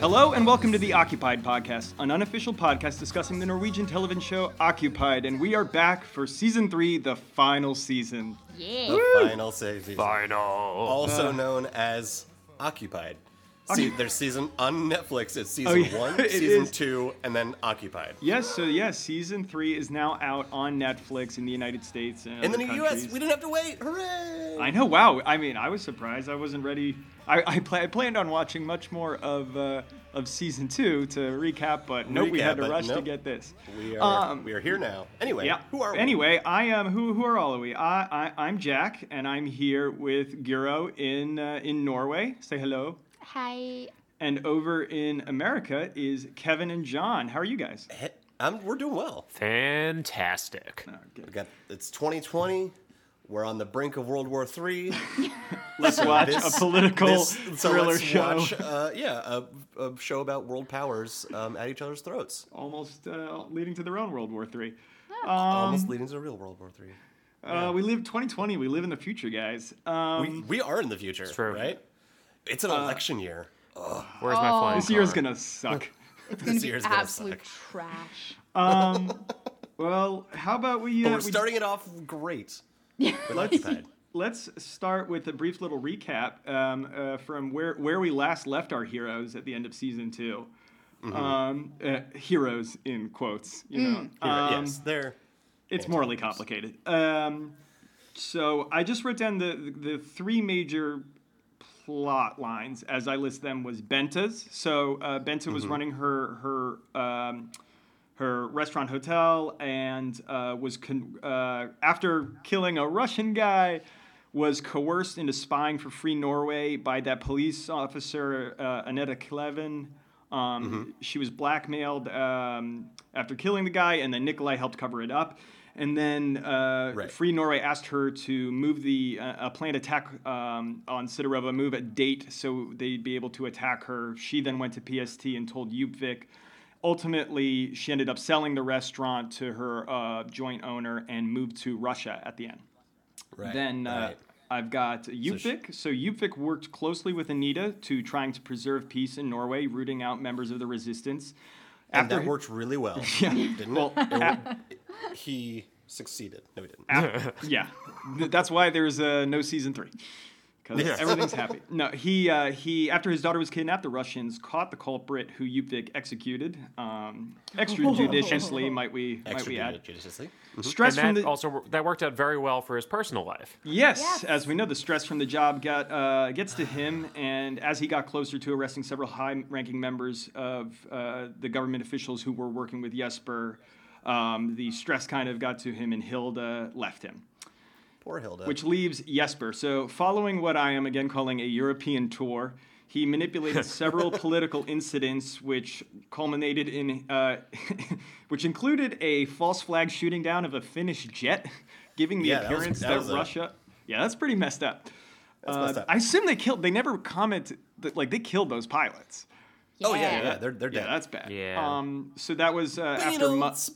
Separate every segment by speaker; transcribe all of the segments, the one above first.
Speaker 1: Hello and welcome to the Occupied Podcast, an unofficial podcast discussing the Norwegian television show Occupied, and we are back for season three, the final season.
Speaker 2: Yeah.
Speaker 3: The final season. Final. Also known as Occupied. See,
Speaker 1: Occu-
Speaker 3: there's season on Netflix. It's season
Speaker 1: Oh, yeah,
Speaker 3: one,
Speaker 1: it
Speaker 3: season
Speaker 1: is.
Speaker 3: two, and then Occupied.
Speaker 1: Yes, so yes, season three is now out on Netflix in the United States and
Speaker 3: In the
Speaker 1: other
Speaker 3: new
Speaker 1: countries.
Speaker 3: U.S., we didn't have to wait. Hooray!
Speaker 1: I know. Wow. I mean, I was surprised. I wasn't ready. I, I, pla- I planned on watching much more of uh, of season two to recap, but nope, we
Speaker 3: Recap,
Speaker 1: had to
Speaker 3: but
Speaker 1: rush to
Speaker 3: nope.
Speaker 1: get this.
Speaker 3: we are.
Speaker 1: Um,
Speaker 3: we are here now. Anyway,
Speaker 1: Yeah.
Speaker 3: who are we?
Speaker 1: Anyway, I am. Who who are all of we? I, I I'm Jack, and I'm here with Guro in uh, in Norway. Say hello.
Speaker 2: Hi.
Speaker 1: And over in America is Kevin and John. How are you guys?
Speaker 3: He- I'm, we're doing well.
Speaker 4: Fantastic.
Speaker 3: We got it's 2020. We're on the brink of World War III.
Speaker 1: Let's watch
Speaker 3: this-
Speaker 1: a political
Speaker 3: This- so
Speaker 1: thriller
Speaker 3: let's
Speaker 1: show.
Speaker 3: watch, uh, yeah, a, a show about world powers um, at each other's throats,
Speaker 1: Almost uh, leading to their own World War Three. Um,
Speaker 3: almost leading to a real World War III.
Speaker 1: Uh, we live 2020. We live in the future, guys. Um,
Speaker 3: We, we are in the future,
Speaker 4: true.
Speaker 3: right? It's an election year.
Speaker 4: Where's my phone?
Speaker 1: this year's gonna suck.
Speaker 2: It's gonna
Speaker 3: This
Speaker 2: be
Speaker 3: year's gonna
Speaker 2: absolute trash.
Speaker 1: well, how about we? Uh,
Speaker 3: But we're
Speaker 1: we-
Speaker 3: starting it off great. With Occupied.
Speaker 1: Let's start with a brief little recap um, uh, from where where we last left our heroes at the end of season 2 Um, uh, heroes in quotes, you know. Um,
Speaker 3: yes, there.
Speaker 1: It's morally complicated. Um, so I just wrote down the the three major plot lines as I list them was Benta's. So uh, Benta was running her her um, her restaurant hotel and uh, was con- uh, after killing a Russian guy was coerced into spying for Free Norway by that police officer uh, Aneta Klevin. Um, She was blackmailed um, after killing the guy, and then Nikolai helped cover it up. And then uh,
Speaker 3: Right.
Speaker 1: Free Norway asked her to move the uh, a planned attack um, on Sidorova, move a date so they'd be able to attack her. She then went to PST and told Yupvik. Ultimately, she ended up selling the restaurant to her uh, joint owner and moved to Russia at the end.
Speaker 3: Right,
Speaker 1: Then uh,
Speaker 3: right.
Speaker 1: I've got Yupvik. So, Yupvik worked closely with Anita to trying to preserve peace in Norway, rooting out members of the resistance.
Speaker 3: and that
Speaker 1: after-
Speaker 3: worked really well. Yeah. Didn't
Speaker 1: Well,
Speaker 3: it? It
Speaker 1: a-
Speaker 3: wor- he succeeded. No, he didn't.
Speaker 1: yeah, Th- that's why there's uh, no season three because everything's happy. No, he uh, he after his daughter was kidnapped, the Russians caught the culprit who Yupvik executed um, extrajudiciously. might we might we
Speaker 3: Extradited
Speaker 1: add?
Speaker 3: judiciously.
Speaker 4: and
Speaker 1: Stress
Speaker 4: that
Speaker 1: from the
Speaker 4: also that worked out very well for his personal life.
Speaker 1: Yes,
Speaker 2: Yes.
Speaker 1: as we know, the stress from the job got uh, gets to him, and as he got closer to arresting several high-ranking members of uh, the government officials who were working with Jesper, um, the stress kind of got to him, and Hilda left him,
Speaker 3: Poor Hilda.
Speaker 1: which leaves Jesper. So, following what I am again calling a European tour, he manipulated several political incidents, which culminated in, uh, which included a false flag shooting down of a Finnish jet, giving the
Speaker 3: Yeah, that was-
Speaker 1: appearance
Speaker 3: that
Speaker 1: that,
Speaker 3: was a-
Speaker 1: Russia. Yeah, that's pretty messed up.
Speaker 3: That's messed
Speaker 1: Uh,
Speaker 3: up.
Speaker 1: I assume they killed. They never commented. That, like they killed those pilots.
Speaker 3: oh yeah, yeah, yeah, they're they're
Speaker 1: Yeah,
Speaker 3: dead.
Speaker 1: that's bad.
Speaker 4: Yeah.
Speaker 1: Um. So that was uh, after Mu-
Speaker 3: Beatles.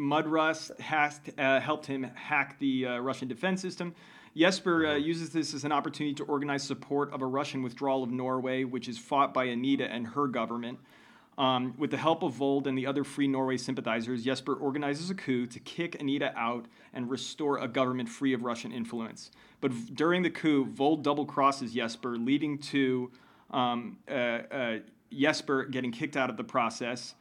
Speaker 1: Mudrust has, uh, helped him hack the uh, Russian defense system. Jesper uh, uses this as an opportunity to organize support of a Russian withdrawal of Norway, which is fought by Anita and her government. Um, with the help of Vold and the other Free Norway sympathizers, Jesper organizes a coup to kick Anita out and restore a government free of Russian influence. But v- during the coup, Vold double crosses Jesper, leading to um, uh, uh, Jesper getting kicked out of the process.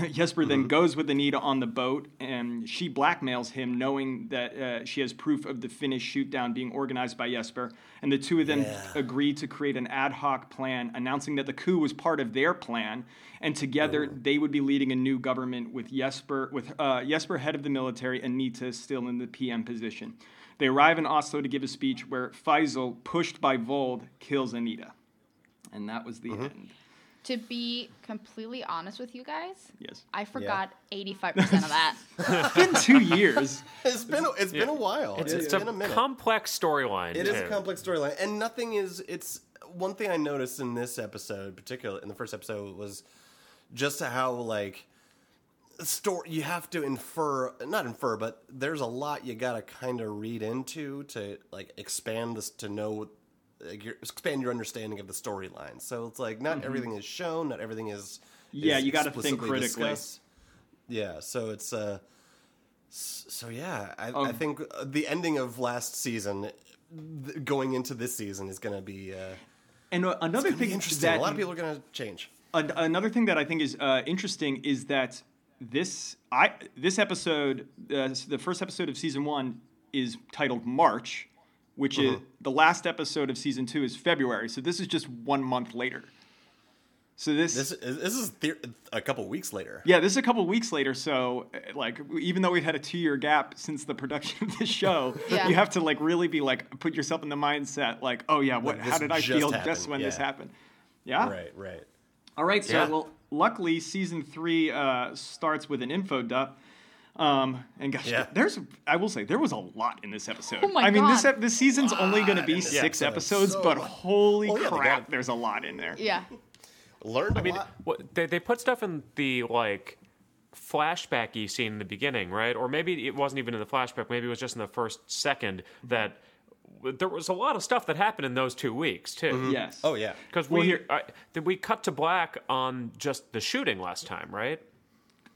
Speaker 1: Jesper then goes with Anita on the boat, and she blackmails him, knowing that uh, she has proof of the Finnish shootdown being organized by Jesper. And the two of them
Speaker 3: Yeah.
Speaker 1: agree to create an ad hoc plan, announcing that the coup was part of their plan, and together they would be leading a new government with Jesper, with uh, Jesper head of the military, Anita still in the PM position. They arrive in Oslo to give a speech where Faisal, pushed by Vold, kills Anita, and that was the end.
Speaker 2: To be completely honest with you guys,
Speaker 1: Yes,
Speaker 2: I forgot 85% of that.
Speaker 1: been two years.
Speaker 3: It's been a- it's been a while.
Speaker 4: It's, it's
Speaker 3: been
Speaker 4: a,
Speaker 3: a minute.
Speaker 4: complex storyline.
Speaker 3: It is
Speaker 4: too.
Speaker 3: a complex storyline, and nothing is. It's one thing I noticed in this episode, particularly in the first episode, was just how like story you have to infer, not infer, but there's a lot you gotta kind of read into to like expand this to know like your, expand your understanding of the storyline. So it's like not everything is shown, not everything is.
Speaker 1: Mm-hmm. Yeah,
Speaker 3: is
Speaker 1: you gotta think
Speaker 3: explicitly
Speaker 1: critically.
Speaker 3: discussed. Yeah, so it's uh, s- so yeah, I,
Speaker 1: Um,
Speaker 3: I think uh, the ending of last season, th- going into this season, is gonna be uh,
Speaker 1: And uh, another
Speaker 3: be
Speaker 1: thing
Speaker 3: interesting.
Speaker 1: that
Speaker 3: A lot of people are gonna change.
Speaker 1: An- another thing that I think is uh, interesting is that this I this episode, uh, the first episode of season one, is titled March, which
Speaker 3: Uh-huh.
Speaker 1: is the last episode of season two is February. So this is just one month later. So this,
Speaker 3: This is this is the- a couple weeks later.
Speaker 1: yeah, this is a couple weeks later. So uh, like, even though we've had a two year gap since the production of this show,
Speaker 2: Yeah.
Speaker 1: you have to like really be like put yourself in the mindset like, oh yeah, what?
Speaker 3: Like,
Speaker 1: how
Speaker 3: this
Speaker 1: did I
Speaker 3: just
Speaker 1: feel just
Speaker 3: happened,
Speaker 1: when this
Speaker 3: yeah.
Speaker 1: happened? Yeah.
Speaker 3: Right, right.
Speaker 1: All right, so
Speaker 4: Yeah.
Speaker 1: well, luckily season three uh, starts with an info dump. Um, and gosh,
Speaker 3: Yeah.
Speaker 1: there's I will say there was a lot in this episode.
Speaker 2: Oh my
Speaker 1: I mean, this
Speaker 2: God.
Speaker 1: ep- this season's only going to be
Speaker 3: this
Speaker 1: six
Speaker 3: episode.
Speaker 1: episodes,
Speaker 3: So
Speaker 1: but
Speaker 3: much.
Speaker 1: holy
Speaker 3: Oh, yeah, they
Speaker 1: crap,
Speaker 3: got-
Speaker 1: there's a lot in there.
Speaker 2: Yeah.
Speaker 3: Learned a
Speaker 4: I mean,
Speaker 3: lot.
Speaker 4: what, they they put stuff in the like flashbacky scene in the beginning, right? Or maybe it wasn't even in the flashback. Maybe it was just in the first second that w- there was a lot of stuff that happened in those two weeks too.
Speaker 1: Yes.
Speaker 3: Oh yeah.
Speaker 4: Because
Speaker 1: Mm-hmm. Well,
Speaker 4: we
Speaker 1: here-
Speaker 4: I, did we cut to black on just the shooting last time, right?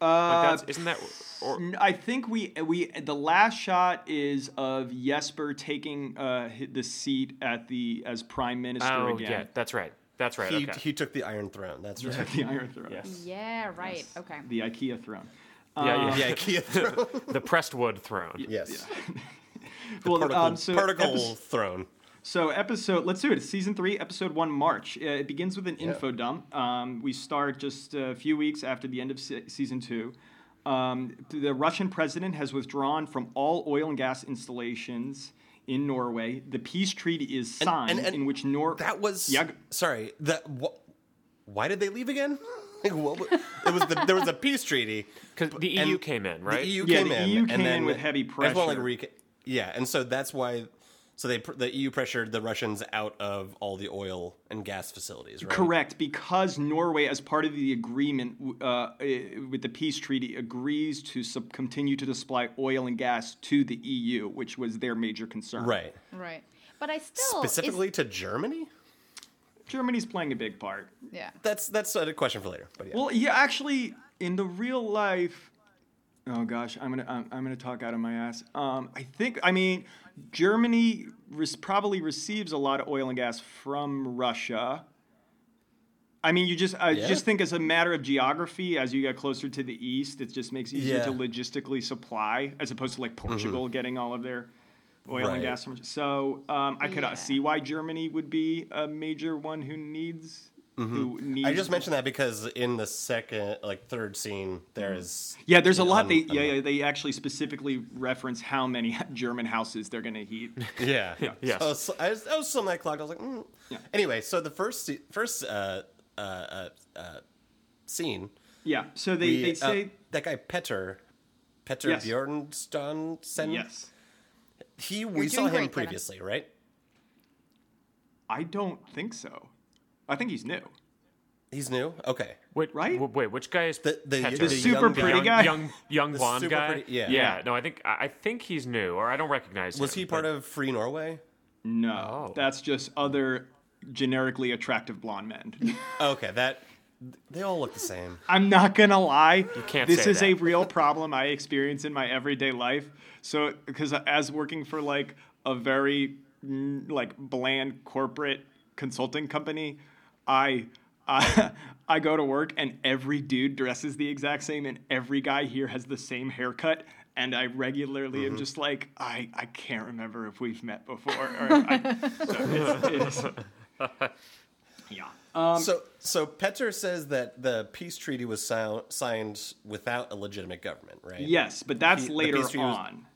Speaker 1: Uh,
Speaker 4: Like that's, isn't that or
Speaker 1: N- I think we we the last shot is of Jesper taking uh, hi- the seat at the as prime minister
Speaker 4: oh
Speaker 1: again.
Speaker 4: yeah, that's right, that's right.
Speaker 3: He,
Speaker 4: okay.
Speaker 3: he took the Iron Throne. That's right.
Speaker 1: The Iron Throne.
Speaker 4: yes.
Speaker 2: Yeah, right. Okay.
Speaker 1: The IKEA throne. Um,
Speaker 4: yeah, yeah,
Speaker 3: The IKEA throne.
Speaker 4: The Prestwood throne.
Speaker 3: yes.
Speaker 1: well,
Speaker 3: Particle,
Speaker 1: um, so
Speaker 3: particle
Speaker 1: epis-
Speaker 3: throne.
Speaker 1: So episode, let's do it. It's season three, episode one, March. Uh, It begins with an info dump. Um, we start just a few weeks after the end of se- season two. Um, the Russian president has withdrawn from all oil and gas installations in Norway. The peace treaty is signed,
Speaker 3: and-
Speaker 1: in which Nor
Speaker 3: That was
Speaker 1: Yeah, g-
Speaker 3: sorry. That wh- why did they leave again? Like, what wa- it was the, there was a peace treaty.
Speaker 4: Because the
Speaker 1: E
Speaker 3: and
Speaker 4: EU came in, right?
Speaker 3: The E EU
Speaker 1: Yeah,
Speaker 3: came
Speaker 1: the
Speaker 3: in.
Speaker 1: EU
Speaker 3: and
Speaker 1: came
Speaker 3: then
Speaker 1: in with heavy
Speaker 3: That's more like
Speaker 1: pressure.
Speaker 3: reca- yeah, and so that's why. So they pr- the EU pressured the Russians out of all the oil and gas facilities. Right?
Speaker 1: Correct, because Norway, as part of the agreement w- uh, eh, with the peace treaty, agrees to sup- continue to supply oil and gas to the EU, which was their major concern.
Speaker 3: Right.
Speaker 2: Right. But I still Oh, is-
Speaker 3: Specifically to Germany.
Speaker 1: Germany's playing a big part.
Speaker 2: yeah.
Speaker 3: That's that's a question for later. But yeah.
Speaker 1: Well, yeah, actually, in the real life, oh gosh, I'm gonna I'm, I'm gonna talk out of my ass. Um, I think I mean Germany res- probably receives a lot of oil and gas from Russia. I mean, you just I
Speaker 3: Yeah.
Speaker 1: just think as a matter of geography, as you get closer to the east, it just makes it easier
Speaker 3: Yeah. Mm-hmm.
Speaker 1: to logistically supply, as opposed to like Portugal getting all of their oil and
Speaker 3: Right.
Speaker 1: gas from. So um, I could uh
Speaker 2: Yeah.
Speaker 1: see why Germany would be a major one who needs. Who needs
Speaker 3: Mm-hmm. I just mentioned that because in the second, like third scene, there is
Speaker 1: Yeah, there's a lot.
Speaker 3: on-
Speaker 1: They
Speaker 3: on
Speaker 1: yeah,
Speaker 3: the-
Speaker 1: yeah, they actually specifically reference how many German houses they're gonna heat.
Speaker 3: Yeah.
Speaker 4: Yes.
Speaker 3: So, so I, was, I was still in that clock. I was like, mm. anyway. So the first se- first uh, uh, uh, uh, scene,
Speaker 1: yeah, so they
Speaker 3: we,
Speaker 1: they
Speaker 3: uh,
Speaker 1: say
Speaker 3: that guy Petter, Petter
Speaker 1: Yes.
Speaker 3: Bjornstadsen.
Speaker 1: yes.
Speaker 3: He we
Speaker 2: You're
Speaker 3: saw
Speaker 2: doing
Speaker 3: him
Speaker 2: great, Brenna.
Speaker 3: previously, right?
Speaker 1: I don't think so. I think he's new.
Speaker 3: He's new. Okay.
Speaker 4: Wait,
Speaker 1: Right?
Speaker 4: w- wait, which guy is
Speaker 3: The the,
Speaker 4: Petra?
Speaker 3: the
Speaker 1: The
Speaker 3: young
Speaker 1: super
Speaker 3: guy-
Speaker 1: pretty
Speaker 4: young,
Speaker 1: guy?
Speaker 4: young, young
Speaker 3: The
Speaker 4: blonde
Speaker 3: super
Speaker 4: guy.
Speaker 3: pretty- yeah.
Speaker 4: yeah. No, I think I I think he's new, or I don't recognize him.
Speaker 3: Was he part
Speaker 4: but-
Speaker 3: of Free Norway?
Speaker 1: No,
Speaker 4: Oh.
Speaker 1: that's just other generically attractive blonde men.
Speaker 3: Okay, that they all look the same.
Speaker 1: I'm not gonna lie. You
Speaker 4: can't
Speaker 1: This
Speaker 4: say
Speaker 1: is a
Speaker 4: that.
Speaker 1: real problem I experience in my everyday life. So, because as working for like a very mm, like bland corporate consulting company, I. I I go to work and every dude dresses the exact same, and every guy here has the same haircut. And I regularly am just like, I, I can't remember if we've met before. Or if I, so it's, it's, yeah.
Speaker 3: so so Petter says that the peace treaty was sou- signed without a legitimate government, right?
Speaker 1: Yes, but that's
Speaker 3: He- the
Speaker 1: later
Speaker 3: pastry was-
Speaker 1: on.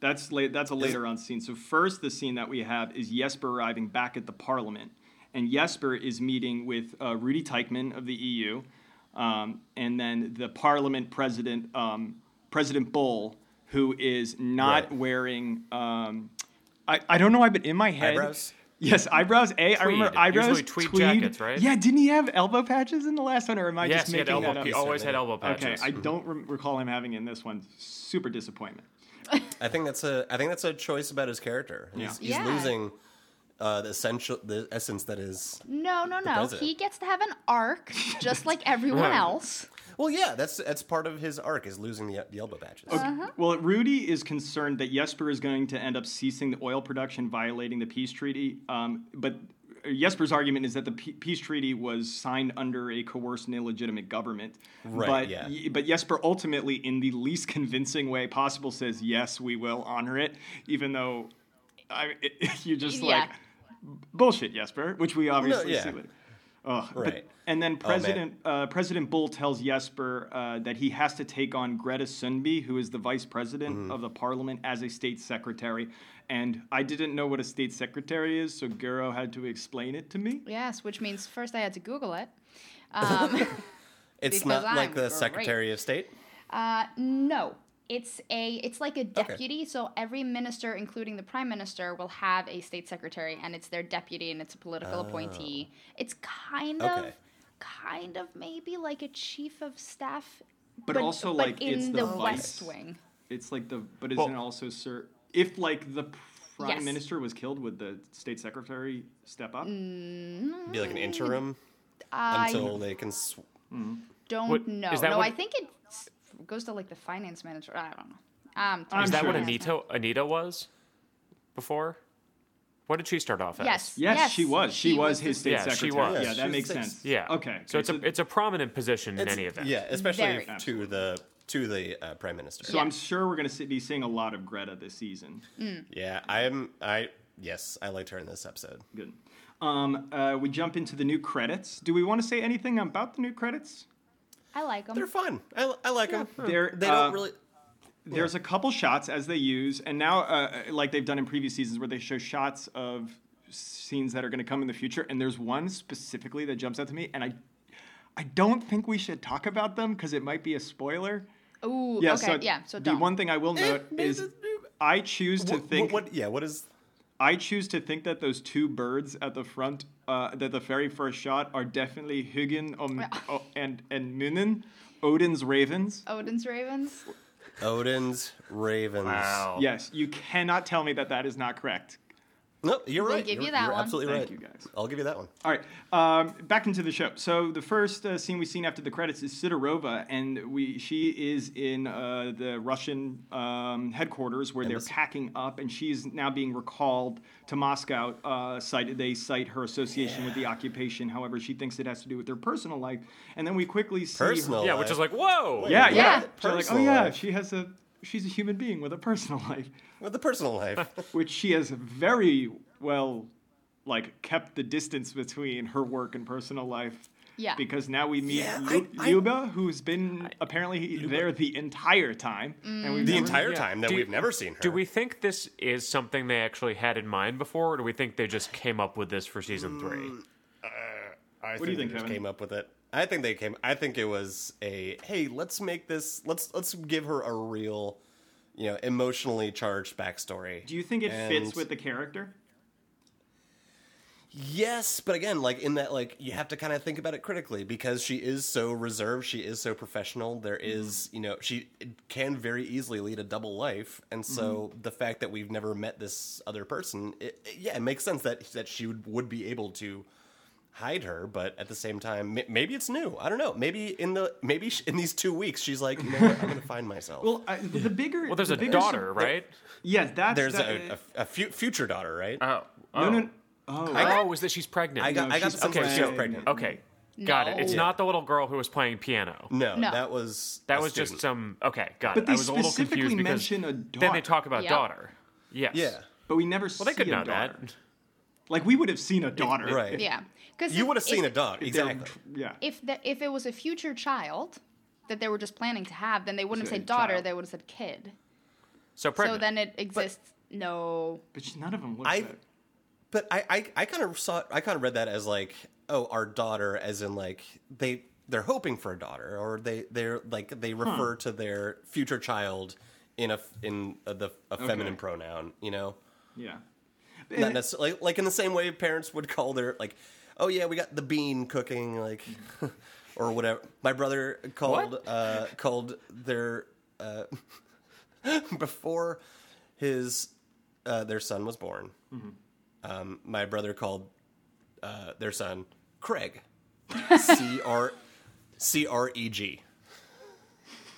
Speaker 1: That's late. That's a later on scene. So first, the scene that we have is Jesper arriving back at the Parliament, and Jesper is meeting with uh, Rudy Teichmann of the EU, um, and then the Parliament President um, President Bull, who is not
Speaker 3: Right.
Speaker 1: wearing. Um, I, I don't know why, but in my head.
Speaker 3: Eyebrows?
Speaker 1: Yes, eyebrows. A, I remember
Speaker 4: Tweed.
Speaker 1: eyebrows.
Speaker 4: Usually tweed jackets, right?
Speaker 1: Yeah, didn't he have elbow patches in the last one, or am I
Speaker 4: Yes,
Speaker 1: just
Speaker 4: he had
Speaker 1: making
Speaker 4: elbow.
Speaker 1: that up?
Speaker 4: he always had elbow
Speaker 1: Okay,
Speaker 4: patches.
Speaker 1: I
Speaker 3: Mm-hmm.
Speaker 1: don't re- recall him having in this one. Super disappointment.
Speaker 3: I think that's a I think that's a choice about his character. He's, he's
Speaker 2: Yeah.
Speaker 3: losing uh, the essential, the essence that is.
Speaker 2: No, no, no.
Speaker 3: president.
Speaker 2: He gets to have an arc just like everyone else.
Speaker 3: Well, yeah, that's that's part of his arc is losing the, the elbow patches.
Speaker 1: Well, Rudy is concerned that Jesper is going to end up ceasing the oil production, violating the peace treaty. Um, but Jesper's argument is that the pe- peace treaty was signed under a coerced and illegitimate government.
Speaker 3: Right,
Speaker 1: But,
Speaker 3: yeah.
Speaker 1: y- but Jesper ultimately, in the least convincing way possible, says, yes, we will honor it, even though I, it, you're just
Speaker 2: Yeah.
Speaker 1: like, bullshit, Jesper, which we obviously
Speaker 3: yeah.
Speaker 1: see later. Ugh, but-
Speaker 3: Right.
Speaker 1: and then President uh, President Bull tells Jesper uh, that he has to take on Greta Sundby, who is the vice president of the parliament, as a state secretary. And I didn't know what a state secretary is, so Gero had to explain it to me.
Speaker 2: Yes, which means first I had to Google it. Um,
Speaker 3: it's
Speaker 2: because
Speaker 3: not like
Speaker 2: I'm
Speaker 3: the
Speaker 2: great.
Speaker 3: Secretary of State.
Speaker 2: uh, no, it's a it's like a deputy. So every minister, including the prime minister, will have a state secretary, and it's their deputy, and it's a political appointee. It's kind
Speaker 3: Oh. Okay.
Speaker 2: of, kind of maybe like a chief of staff,
Speaker 1: But, also, like,
Speaker 2: in
Speaker 1: it's
Speaker 2: the,
Speaker 1: the, vice.
Speaker 2: West Wing.
Speaker 1: It's like the, but isn't
Speaker 4: Well-
Speaker 1: it also sir? If like the prime
Speaker 2: Yes.
Speaker 1: minister was killed, would the state secretary step up?
Speaker 3: Be like an interim
Speaker 2: Mm. I
Speaker 3: until they can. Sw-
Speaker 2: don't
Speaker 4: What-
Speaker 2: know.
Speaker 4: is that
Speaker 2: no,
Speaker 4: what-
Speaker 2: I think it s- goes to like the finance manager. I don't know. Um,
Speaker 1: I'm
Speaker 4: Is that
Speaker 1: sure
Speaker 4: what
Speaker 1: it's-
Speaker 4: Anita Anita was before? What did she start off as?
Speaker 2: Yes.
Speaker 1: Yes, she was. She, was
Speaker 2: the
Speaker 1: his state
Speaker 4: Yeah, she
Speaker 1: secretary.
Speaker 4: was.
Speaker 1: Yeah,
Speaker 4: Yeah,
Speaker 1: that
Speaker 3: she
Speaker 1: makes
Speaker 3: was state-
Speaker 1: sense.
Speaker 4: Yeah.
Speaker 1: Okay.
Speaker 4: So it's a it's a prominent position in
Speaker 3: It's-
Speaker 4: any event.
Speaker 3: Yeah, especially
Speaker 2: Very.
Speaker 3: if to the to the uh, prime minister.
Speaker 1: So I'm sure we're going to be seeing a lot of Greta this season.
Speaker 3: yeah, I'm. I yes, I liked her in this episode.
Speaker 1: Good. Um, uh, we jump into the new credits. Do we want to say anything about the new credits?
Speaker 2: I like them.
Speaker 3: They're fun. I, I like them.
Speaker 1: They're,
Speaker 3: they don't
Speaker 1: uh,
Speaker 3: really.
Speaker 1: There's a couple shots as they use, and now, uh, like they've done in previous seasons, where they show shots of scenes that are going to come in the future. And there's one specifically that jumps out to me, and I, I don't think we should talk about them because it might be a spoiler.
Speaker 2: Ooh,
Speaker 1: Yeah.
Speaker 2: okay,
Speaker 1: so
Speaker 2: yeah. So
Speaker 1: the
Speaker 2: don't.
Speaker 1: one thing I will note is, I choose to
Speaker 3: What, what-
Speaker 1: think.
Speaker 3: what- yeah, what is?
Speaker 1: I choose to think that those two birds at the front, uh, that the very first shot, are definitely Hugin um, o- and and Munin, Odin's ravens.
Speaker 2: Odin's Ravens.
Speaker 3: Odin's ravens.
Speaker 4: Wow.
Speaker 1: Yes, you cannot tell me that that is not correct.
Speaker 3: No, you're right.
Speaker 2: give
Speaker 3: you're,
Speaker 2: you that
Speaker 3: you're
Speaker 2: one.
Speaker 3: Absolutely
Speaker 1: Thank
Speaker 3: right.
Speaker 1: you, guys.
Speaker 3: I'll give you that one.
Speaker 1: All right, um, back into the show. So the first uh, scene we've seen after the credits is Sidorova, and we she is in uh, the Russian um, headquarters where they're
Speaker 3: Embassy.
Speaker 1: packing up, and she's now being recalled to Moscow. Uh, cite, they cite her association with the occupation. However, she thinks it has to do with their personal life, and then we quickly see her-
Speaker 3: Personal.
Speaker 4: Yeah, which is like, whoa.
Speaker 1: Yeah, yeah.
Speaker 2: Yeah.
Speaker 1: So like, oh
Speaker 3: Personal
Speaker 1: yeah,
Speaker 3: life.
Speaker 1: she has a she's a human being with a personal life,
Speaker 3: With the personal life.
Speaker 1: which she has very well like kept the distance between her work and personal life.
Speaker 2: Yeah.
Speaker 1: Because now we meet
Speaker 3: Yeah,
Speaker 1: Lu-
Speaker 3: I- I-
Speaker 1: Luba, who's been apparently there the entire time, and
Speaker 2: Mm.
Speaker 1: we've
Speaker 3: the
Speaker 1: never-
Speaker 3: entire
Speaker 4: Yeah.
Speaker 3: time that
Speaker 4: Do you-
Speaker 3: we've never seen her.
Speaker 4: Do we think this is something they actually had in mind before, or do we think they just came up with this for season three?
Speaker 1: Mm,
Speaker 3: I
Speaker 1: do you think,
Speaker 3: they just
Speaker 1: Kevin?
Speaker 3: came up with it. I think they came. I think it was a hey, let's make this. Let's let's give her a real, you know, emotionally charged backstory.
Speaker 1: Do you think it fits
Speaker 3: And-
Speaker 1: with the character?
Speaker 3: Yes, but again, like in that, like you have to kind of think about it critically because she is so reserved, she is so professional. There
Speaker 1: Mm-hmm.
Speaker 3: is, you know, she can very easily lead a double life, and so
Speaker 1: Mm-hmm.
Speaker 3: the fact that we've never met this other person, it, it- yeah, it makes sense that that she would, would be able to hide her, but at the same time, ma- maybe it's new. I don't know. Maybe in the maybe sh- in these two weeks, she's like, you know what, I'm gonna find myself.
Speaker 1: Well, I, the bigger
Speaker 4: Well, there's
Speaker 1: the
Speaker 4: a
Speaker 1: bigger sur-
Speaker 4: daughter, right?
Speaker 1: Yes, that's
Speaker 3: there's
Speaker 1: that-
Speaker 3: a, a, a fu- future daughter, right?
Speaker 4: Oh.
Speaker 1: no,
Speaker 4: Oh.
Speaker 1: no, oh,
Speaker 4: Oh, is that she's pregnant?
Speaker 3: I got
Speaker 1: no,
Speaker 3: I got the
Speaker 1: she's
Speaker 3: sense that
Speaker 1: okay.
Speaker 3: she was pregnant.
Speaker 4: Okay. Got it. It's
Speaker 2: No.
Speaker 4: not the little girl who was playing piano.
Speaker 3: No,
Speaker 2: No.
Speaker 3: that was
Speaker 4: That
Speaker 3: a
Speaker 4: was
Speaker 3: student.
Speaker 4: just some. Okay, got
Speaker 1: Mm, But
Speaker 4: it.
Speaker 1: they
Speaker 4: I was a little
Speaker 1: specifically
Speaker 4: confused because
Speaker 1: mention a
Speaker 4: then
Speaker 1: daughter.
Speaker 4: they talk about
Speaker 2: Yep.
Speaker 4: daughter. Yes.
Speaker 3: yeah.
Speaker 1: but we never see
Speaker 4: Well, they could
Speaker 1: a
Speaker 4: know
Speaker 1: daughter.
Speaker 4: that.
Speaker 1: Like we would have seen a daughter,
Speaker 3: Right.
Speaker 2: Yeah, because
Speaker 3: You would have seen a dog,
Speaker 1: If they were
Speaker 3: exactly.
Speaker 1: tr- Yeah.
Speaker 2: If the, if it was a future child that they were just planning to have, then they wouldn't have
Speaker 1: Say
Speaker 2: said daughter.
Speaker 1: child.
Speaker 2: They would have said kid.
Speaker 4: So
Speaker 2: So
Speaker 4: pregnant.
Speaker 2: then it exists. no.
Speaker 1: But she- none of them looks
Speaker 3: I-
Speaker 1: at it.
Speaker 3: But I, I, I kind of saw, I kind of read that as like, oh, our daughter, as in like they, they're hoping for a daughter, or they, they're like they refer to their future child in a in a, the a feminine pronoun, you know,
Speaker 1: Yeah.
Speaker 3: not necessarily like, in the same way parents would call their like, oh yeah, we got the bean cooking, like, or whatever. My brother called uh called their uh before his uh their son was born. Um, my brother called uh, their son Craig, C R C R E G,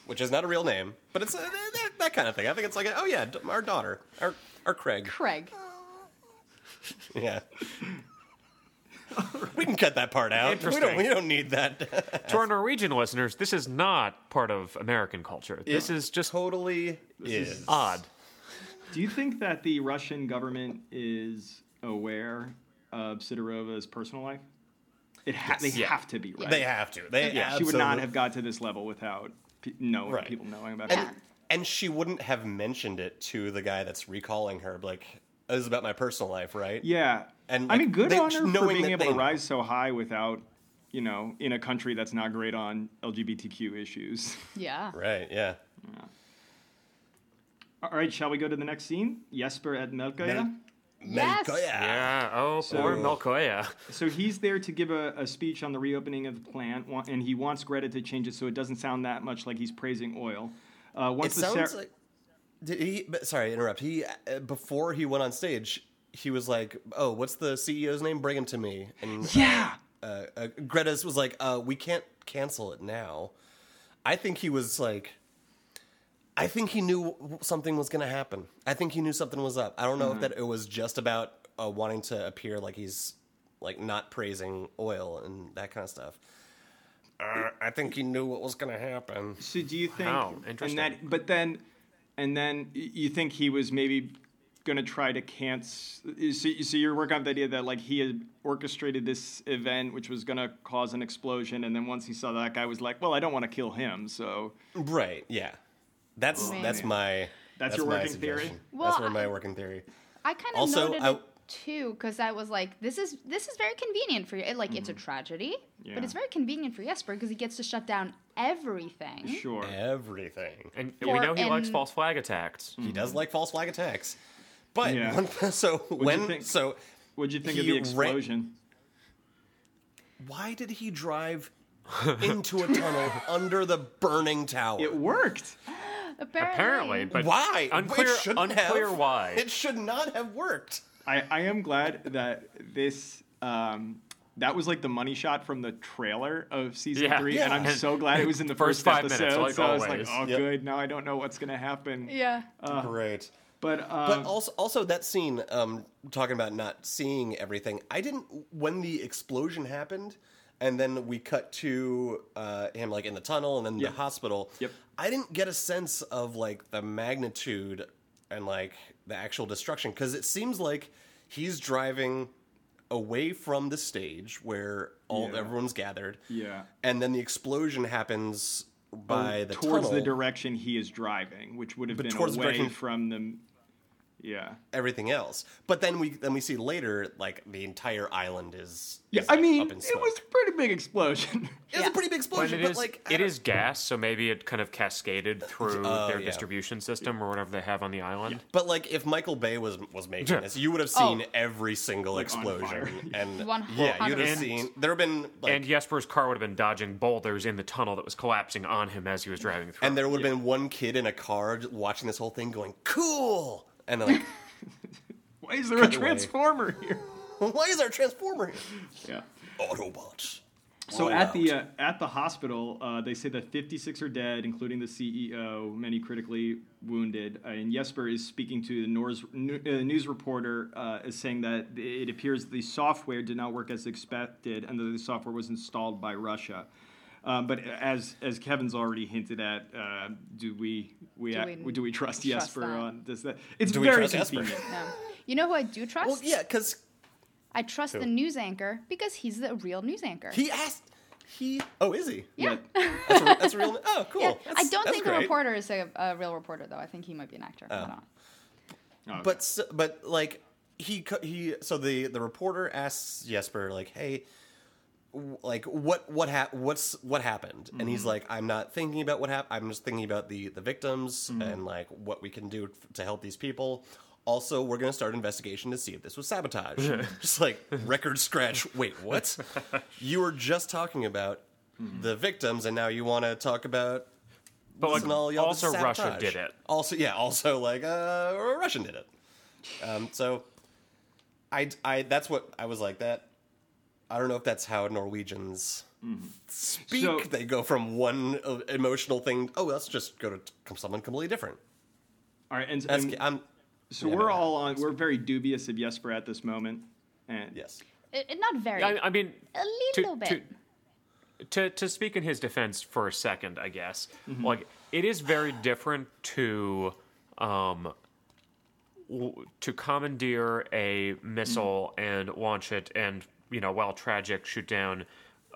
Speaker 3: which is not a real name, but it's uh that, that kind of thing. I think it's like, oh yeah, d- our daughter, our our Craig.
Speaker 2: Craig.
Speaker 3: Yeah. We can cut that part out. We don't,
Speaker 4: Interesting.
Speaker 3: we don't need that.
Speaker 4: To our Norwegian listeners, this is not part of American culture. This is just
Speaker 3: totally is.
Speaker 4: odd.
Speaker 1: Do you think that the Russian government is aware of Sidorova's personal life? It ha- they
Speaker 4: Yeah.
Speaker 1: have to be, right?
Speaker 3: They have to. They
Speaker 1: yeah, she would not
Speaker 3: absolutely-
Speaker 1: have got to this level without pe- knowing
Speaker 3: Right.
Speaker 1: people knowing about
Speaker 3: And,
Speaker 1: her.
Speaker 3: and she wouldn't have mentioned it to the guy that's recalling her. Like, "Oh, this is about my personal life, right?
Speaker 1: Yeah,
Speaker 3: And,
Speaker 1: I mean,
Speaker 3: like,
Speaker 1: good
Speaker 3: they-
Speaker 1: on her for
Speaker 3: knowing
Speaker 1: being
Speaker 3: that
Speaker 1: able
Speaker 3: they
Speaker 1: to
Speaker 3: know.
Speaker 1: rise so high without, you know, in a country that's not great on LGBTQ issues.
Speaker 2: Yeah.
Speaker 3: Right, yeah.
Speaker 1: All right, shall we go to the next scene? Jesper at Melkaya.
Speaker 3: Mel-
Speaker 2: Yes.
Speaker 3: Melchiah.
Speaker 4: Yeah. Oh, poor Melkoya.
Speaker 1: So he's there to give a, a speech on the reopening of the plant, wa- and he wants Greta to change it so it doesn't sound that much like he's praising oil. Uh,
Speaker 3: It
Speaker 1: once the
Speaker 3: sounds
Speaker 1: cer-
Speaker 3: like. Did he? But sorry, to interrupt. He uh, before he went on stage, he was like, "Oh, what's the CEO's name? Bring him to me." And
Speaker 1: yeah,
Speaker 3: uh, uh, Greta's was like, uh, "We can't cancel it now." I think he was like, I think he knew w- something was going to happen. I think he knew something was up. I don't know
Speaker 1: Mm-hmm.
Speaker 3: if that it was just about uh, wanting to appear like he's like not praising oil and that kind of stuff. Uh, I think he knew what was going to happen.
Speaker 1: So do you think?
Speaker 4: Wow,
Speaker 1: And
Speaker 4: interesting.
Speaker 1: that, but then, and then y- you think he was maybe going to try to cancel? So, so you're working on the idea that like he had orchestrated this event, which was going to cause an explosion, and then once he saw that guy was like, well, I don't want to kill him, so
Speaker 3: Right? Yeah. That's that's
Speaker 1: Oh, man.
Speaker 3: my
Speaker 1: That's your
Speaker 3: my
Speaker 1: working theory?
Speaker 3: suggestion.
Speaker 2: Well,
Speaker 3: that's where
Speaker 2: I-
Speaker 3: my working theory.
Speaker 2: I kind of
Speaker 3: Also,
Speaker 2: noted
Speaker 3: I-
Speaker 2: it too because I was like, this is this is very convenient for you. It, like, it's
Speaker 3: Mm-hmm.
Speaker 2: a tragedy,
Speaker 1: Yeah.
Speaker 2: but it's very convenient for Jesper because he gets to shut down everything.
Speaker 1: sure.
Speaker 3: Everything.
Speaker 4: And
Speaker 2: For
Speaker 4: we know he likes
Speaker 2: an-
Speaker 4: false flag attacks.
Speaker 3: He does like false flag attacks. But
Speaker 1: Yeah.
Speaker 3: one- so when
Speaker 1: think?
Speaker 3: so
Speaker 1: What'd you think of
Speaker 3: He
Speaker 1: the
Speaker 3: ran-
Speaker 1: explosion?
Speaker 3: why did he drive into a tunnel under the burning tower?
Speaker 1: It worked.
Speaker 2: Apparently,
Speaker 4: Apparently, but
Speaker 3: why?
Speaker 4: Unclear.
Speaker 3: It shouldn't have.
Speaker 4: unclear why.
Speaker 3: It should not have worked.
Speaker 1: I, I am glad that this um, that was like the money shot from the trailer of season
Speaker 4: Yeah.
Speaker 1: three, and
Speaker 3: Yeah.
Speaker 1: I'm so glad it was in the first,
Speaker 4: First five minutes,
Speaker 1: episode.
Speaker 4: like
Speaker 1: so I was like,
Speaker 4: always.
Speaker 1: oh,
Speaker 3: Yep.
Speaker 1: good. Now I don't know what's gonna happen.
Speaker 2: yeah,
Speaker 3: Uh. Great.
Speaker 1: But, uh,
Speaker 3: But also, also that scene, um, talking about not seeing everything. I didn't when the explosion happened, and then we cut to uh, him like in the tunnel and then
Speaker 1: Yep.
Speaker 3: the hospital.
Speaker 1: Yep.
Speaker 3: I didn't get a sense of like the magnitude and like the actual destruction because it seems like he's driving away from the stage where all
Speaker 1: Yeah.
Speaker 3: everyone's gathered.
Speaker 1: Yeah. Oh,
Speaker 3: And then the explosion happens by the
Speaker 1: towards
Speaker 3: tunnel.
Speaker 1: the direction he is driving, which would have been
Speaker 3: towards the
Speaker 1: away
Speaker 3: direction-
Speaker 1: from the. Yeah.
Speaker 3: everything else. But then we then we see later like the entire island is
Speaker 1: Yeah,
Speaker 3: is
Speaker 1: I mean,
Speaker 3: up in
Speaker 1: it
Speaker 3: smoke.
Speaker 1: was a pretty big explosion.
Speaker 3: It was a
Speaker 2: Yeah.
Speaker 3: pretty big
Speaker 4: But
Speaker 3: explosion,
Speaker 4: it
Speaker 3: but
Speaker 4: is,
Speaker 3: like I
Speaker 4: it
Speaker 3: don't-
Speaker 4: is gas, so maybe it kind of cascaded through
Speaker 3: Oh,
Speaker 4: their
Speaker 3: yeah.
Speaker 4: distribution system or whatever they have on the island.
Speaker 3: But like if Michael Bay was was making
Speaker 4: Yeah.
Speaker 3: this, you would have seen
Speaker 2: Oh.
Speaker 3: every single
Speaker 1: on fire.
Speaker 3: explosion, and
Speaker 2: One
Speaker 3: yeah, you would have
Speaker 2: hundred
Speaker 3: seen there have been like,
Speaker 4: and
Speaker 3: and,
Speaker 4: Jesper's car would have been dodging boulders in the tunnel that was collapsing on him as he was driving through.
Speaker 3: there would have been one kid in a car j- watching this whole thing going cool, and like
Speaker 1: Why is there a
Speaker 3: away.
Speaker 1: transformer here?
Speaker 3: why is there a transformer here?
Speaker 1: Yeah.
Speaker 3: Autobots.
Speaker 1: So
Speaker 3: Roll
Speaker 1: at the
Speaker 3: out.
Speaker 1: uh, at the hospital, uh, they say that 56 are dead, including the CEO, many critically wounded. Uh, and Jesper is speaking to the Nor's, n- uh, news reporter, uh, is saying that it appears the software did not work as expected, and that the software was installed by Russia. Um, but as as Kevin's already hinted at, uh, do we we do we,
Speaker 2: we
Speaker 1: do we trust,
Speaker 2: trust
Speaker 1: Jesper
Speaker 2: that?
Speaker 1: on this? That it's
Speaker 3: Do we
Speaker 1: very
Speaker 3: trust Jesper?
Speaker 1: convenient.
Speaker 2: no. You know who I do trust?
Speaker 3: Well, yeah, because
Speaker 2: I trust the news anchor because he's the real news anchor.
Speaker 3: he asked. He oh is he?
Speaker 1: Yeah.
Speaker 3: That's, a, that's a real. Oh cool.
Speaker 2: I
Speaker 3: That's-
Speaker 2: don't
Speaker 3: that's
Speaker 2: think the
Speaker 3: great. Oh.
Speaker 2: reporter is a, a real reporter though. I think he might be an actor. I don't know.
Speaker 1: Okay.
Speaker 3: But s- but like he co- he so the the reporter asks Jesper like, "Hey, w- like what what hap what's what happened?" And he's like, "I'm not thinking about what happened. I'm just thinking about the the victims and like what we can do f- to help these people." Also, we're gonna start an investigation to see if this was sabotage. just like record scratch. Wait, what? you were just talking about the victims, and now you want to talk about
Speaker 4: but like,
Speaker 3: and all y'all
Speaker 4: also
Speaker 3: just
Speaker 4: Russia
Speaker 3: sabotage.
Speaker 4: did it.
Speaker 3: Also, yeah, also like uh, Russian did it. Um, so I, I that's what I was like that. I don't know if that's how Norwegians speak.
Speaker 1: So-
Speaker 3: they go from one uh, emotional thing. Oh, let's just go to t- someone completely different.
Speaker 1: All right, and,
Speaker 3: That's,
Speaker 1: and
Speaker 3: I'm
Speaker 1: so
Speaker 3: yeah,
Speaker 1: we're
Speaker 3: no.
Speaker 1: all on. We're very dubious of Jesper at this moment. And
Speaker 3: yes.
Speaker 2: It, it- not very.
Speaker 4: I, I mean,
Speaker 2: a
Speaker 4: to-
Speaker 2: little bit.
Speaker 4: to- to to speak in his defense for a second, I guess.
Speaker 1: Mm-hmm.
Speaker 4: Like it is very different to um w- to commandeer a missile
Speaker 1: Mm-hmm.
Speaker 4: and launch it and you know while tragic shoot down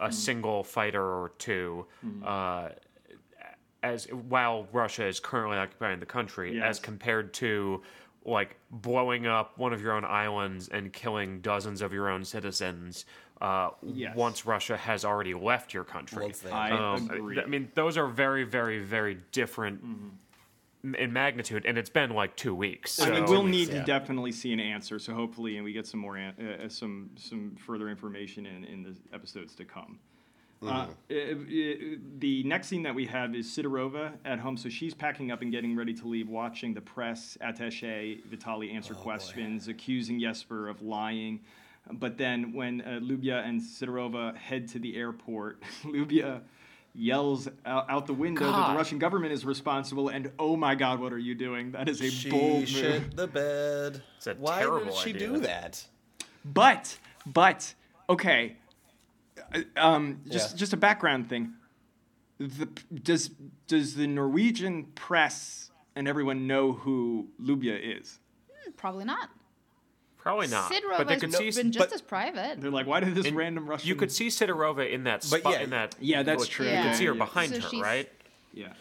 Speaker 4: a
Speaker 1: Mm-hmm.
Speaker 4: single fighter or 2 uh as while Russia is currently occupying the country
Speaker 1: Yes.
Speaker 4: as compared to like blowing up one of your own islands and killing dozens of your own citizens uh,
Speaker 1: Yes.
Speaker 4: once Russia has already left your country.
Speaker 3: Once they-
Speaker 1: I
Speaker 4: Um,
Speaker 1: agree.
Speaker 4: I mean, those are very, very, very different m- in magnitude, and it's been like two weeks.
Speaker 1: I mean,
Speaker 4: so-
Speaker 1: we'll need to
Speaker 3: yeah.
Speaker 1: definitely see an answer. So hopefully, and we get some more, an- uh, uh, some some further information in in the episodes to come. Uh, i- i- the next scene that we have is Sidorova at home. So she's packing up and getting ready to leave, watching the press attache Vitali answer questions, accusing Jesper of lying. But then when uh, Lubya and Sidorova head to the airport, Lubya yells out, out the window that
Speaker 4: God.
Speaker 1: the Russian government is responsible. And oh my God, what are you doing? That is a
Speaker 3: She
Speaker 1: bold move.
Speaker 3: shit the bed.
Speaker 4: It's a
Speaker 3: Why
Speaker 4: terrible
Speaker 3: did she
Speaker 4: idea.
Speaker 3: do that?
Speaker 1: But but okay, Uh, um, just
Speaker 3: Yeah.
Speaker 1: just a background thing. The, does does the Norwegian press and everyone know who Lubia is?
Speaker 2: Hmm, Probably not.
Speaker 4: probably not.
Speaker 2: Sidorova
Speaker 4: but they
Speaker 2: has
Speaker 4: could see.
Speaker 2: been just
Speaker 3: but-
Speaker 2: as private.
Speaker 1: They're like, why did this random Russian?
Speaker 4: You could see Sidorova in that
Speaker 3: But
Speaker 4: spot.
Speaker 3: yeah,
Speaker 4: in that.
Speaker 1: Yeah, that's true.
Speaker 4: You
Speaker 2: Yeah.
Speaker 4: could see her
Speaker 1: Yeah.
Speaker 4: behind
Speaker 2: So
Speaker 4: her,
Speaker 2: she's-
Speaker 4: right?
Speaker 1: Yeah.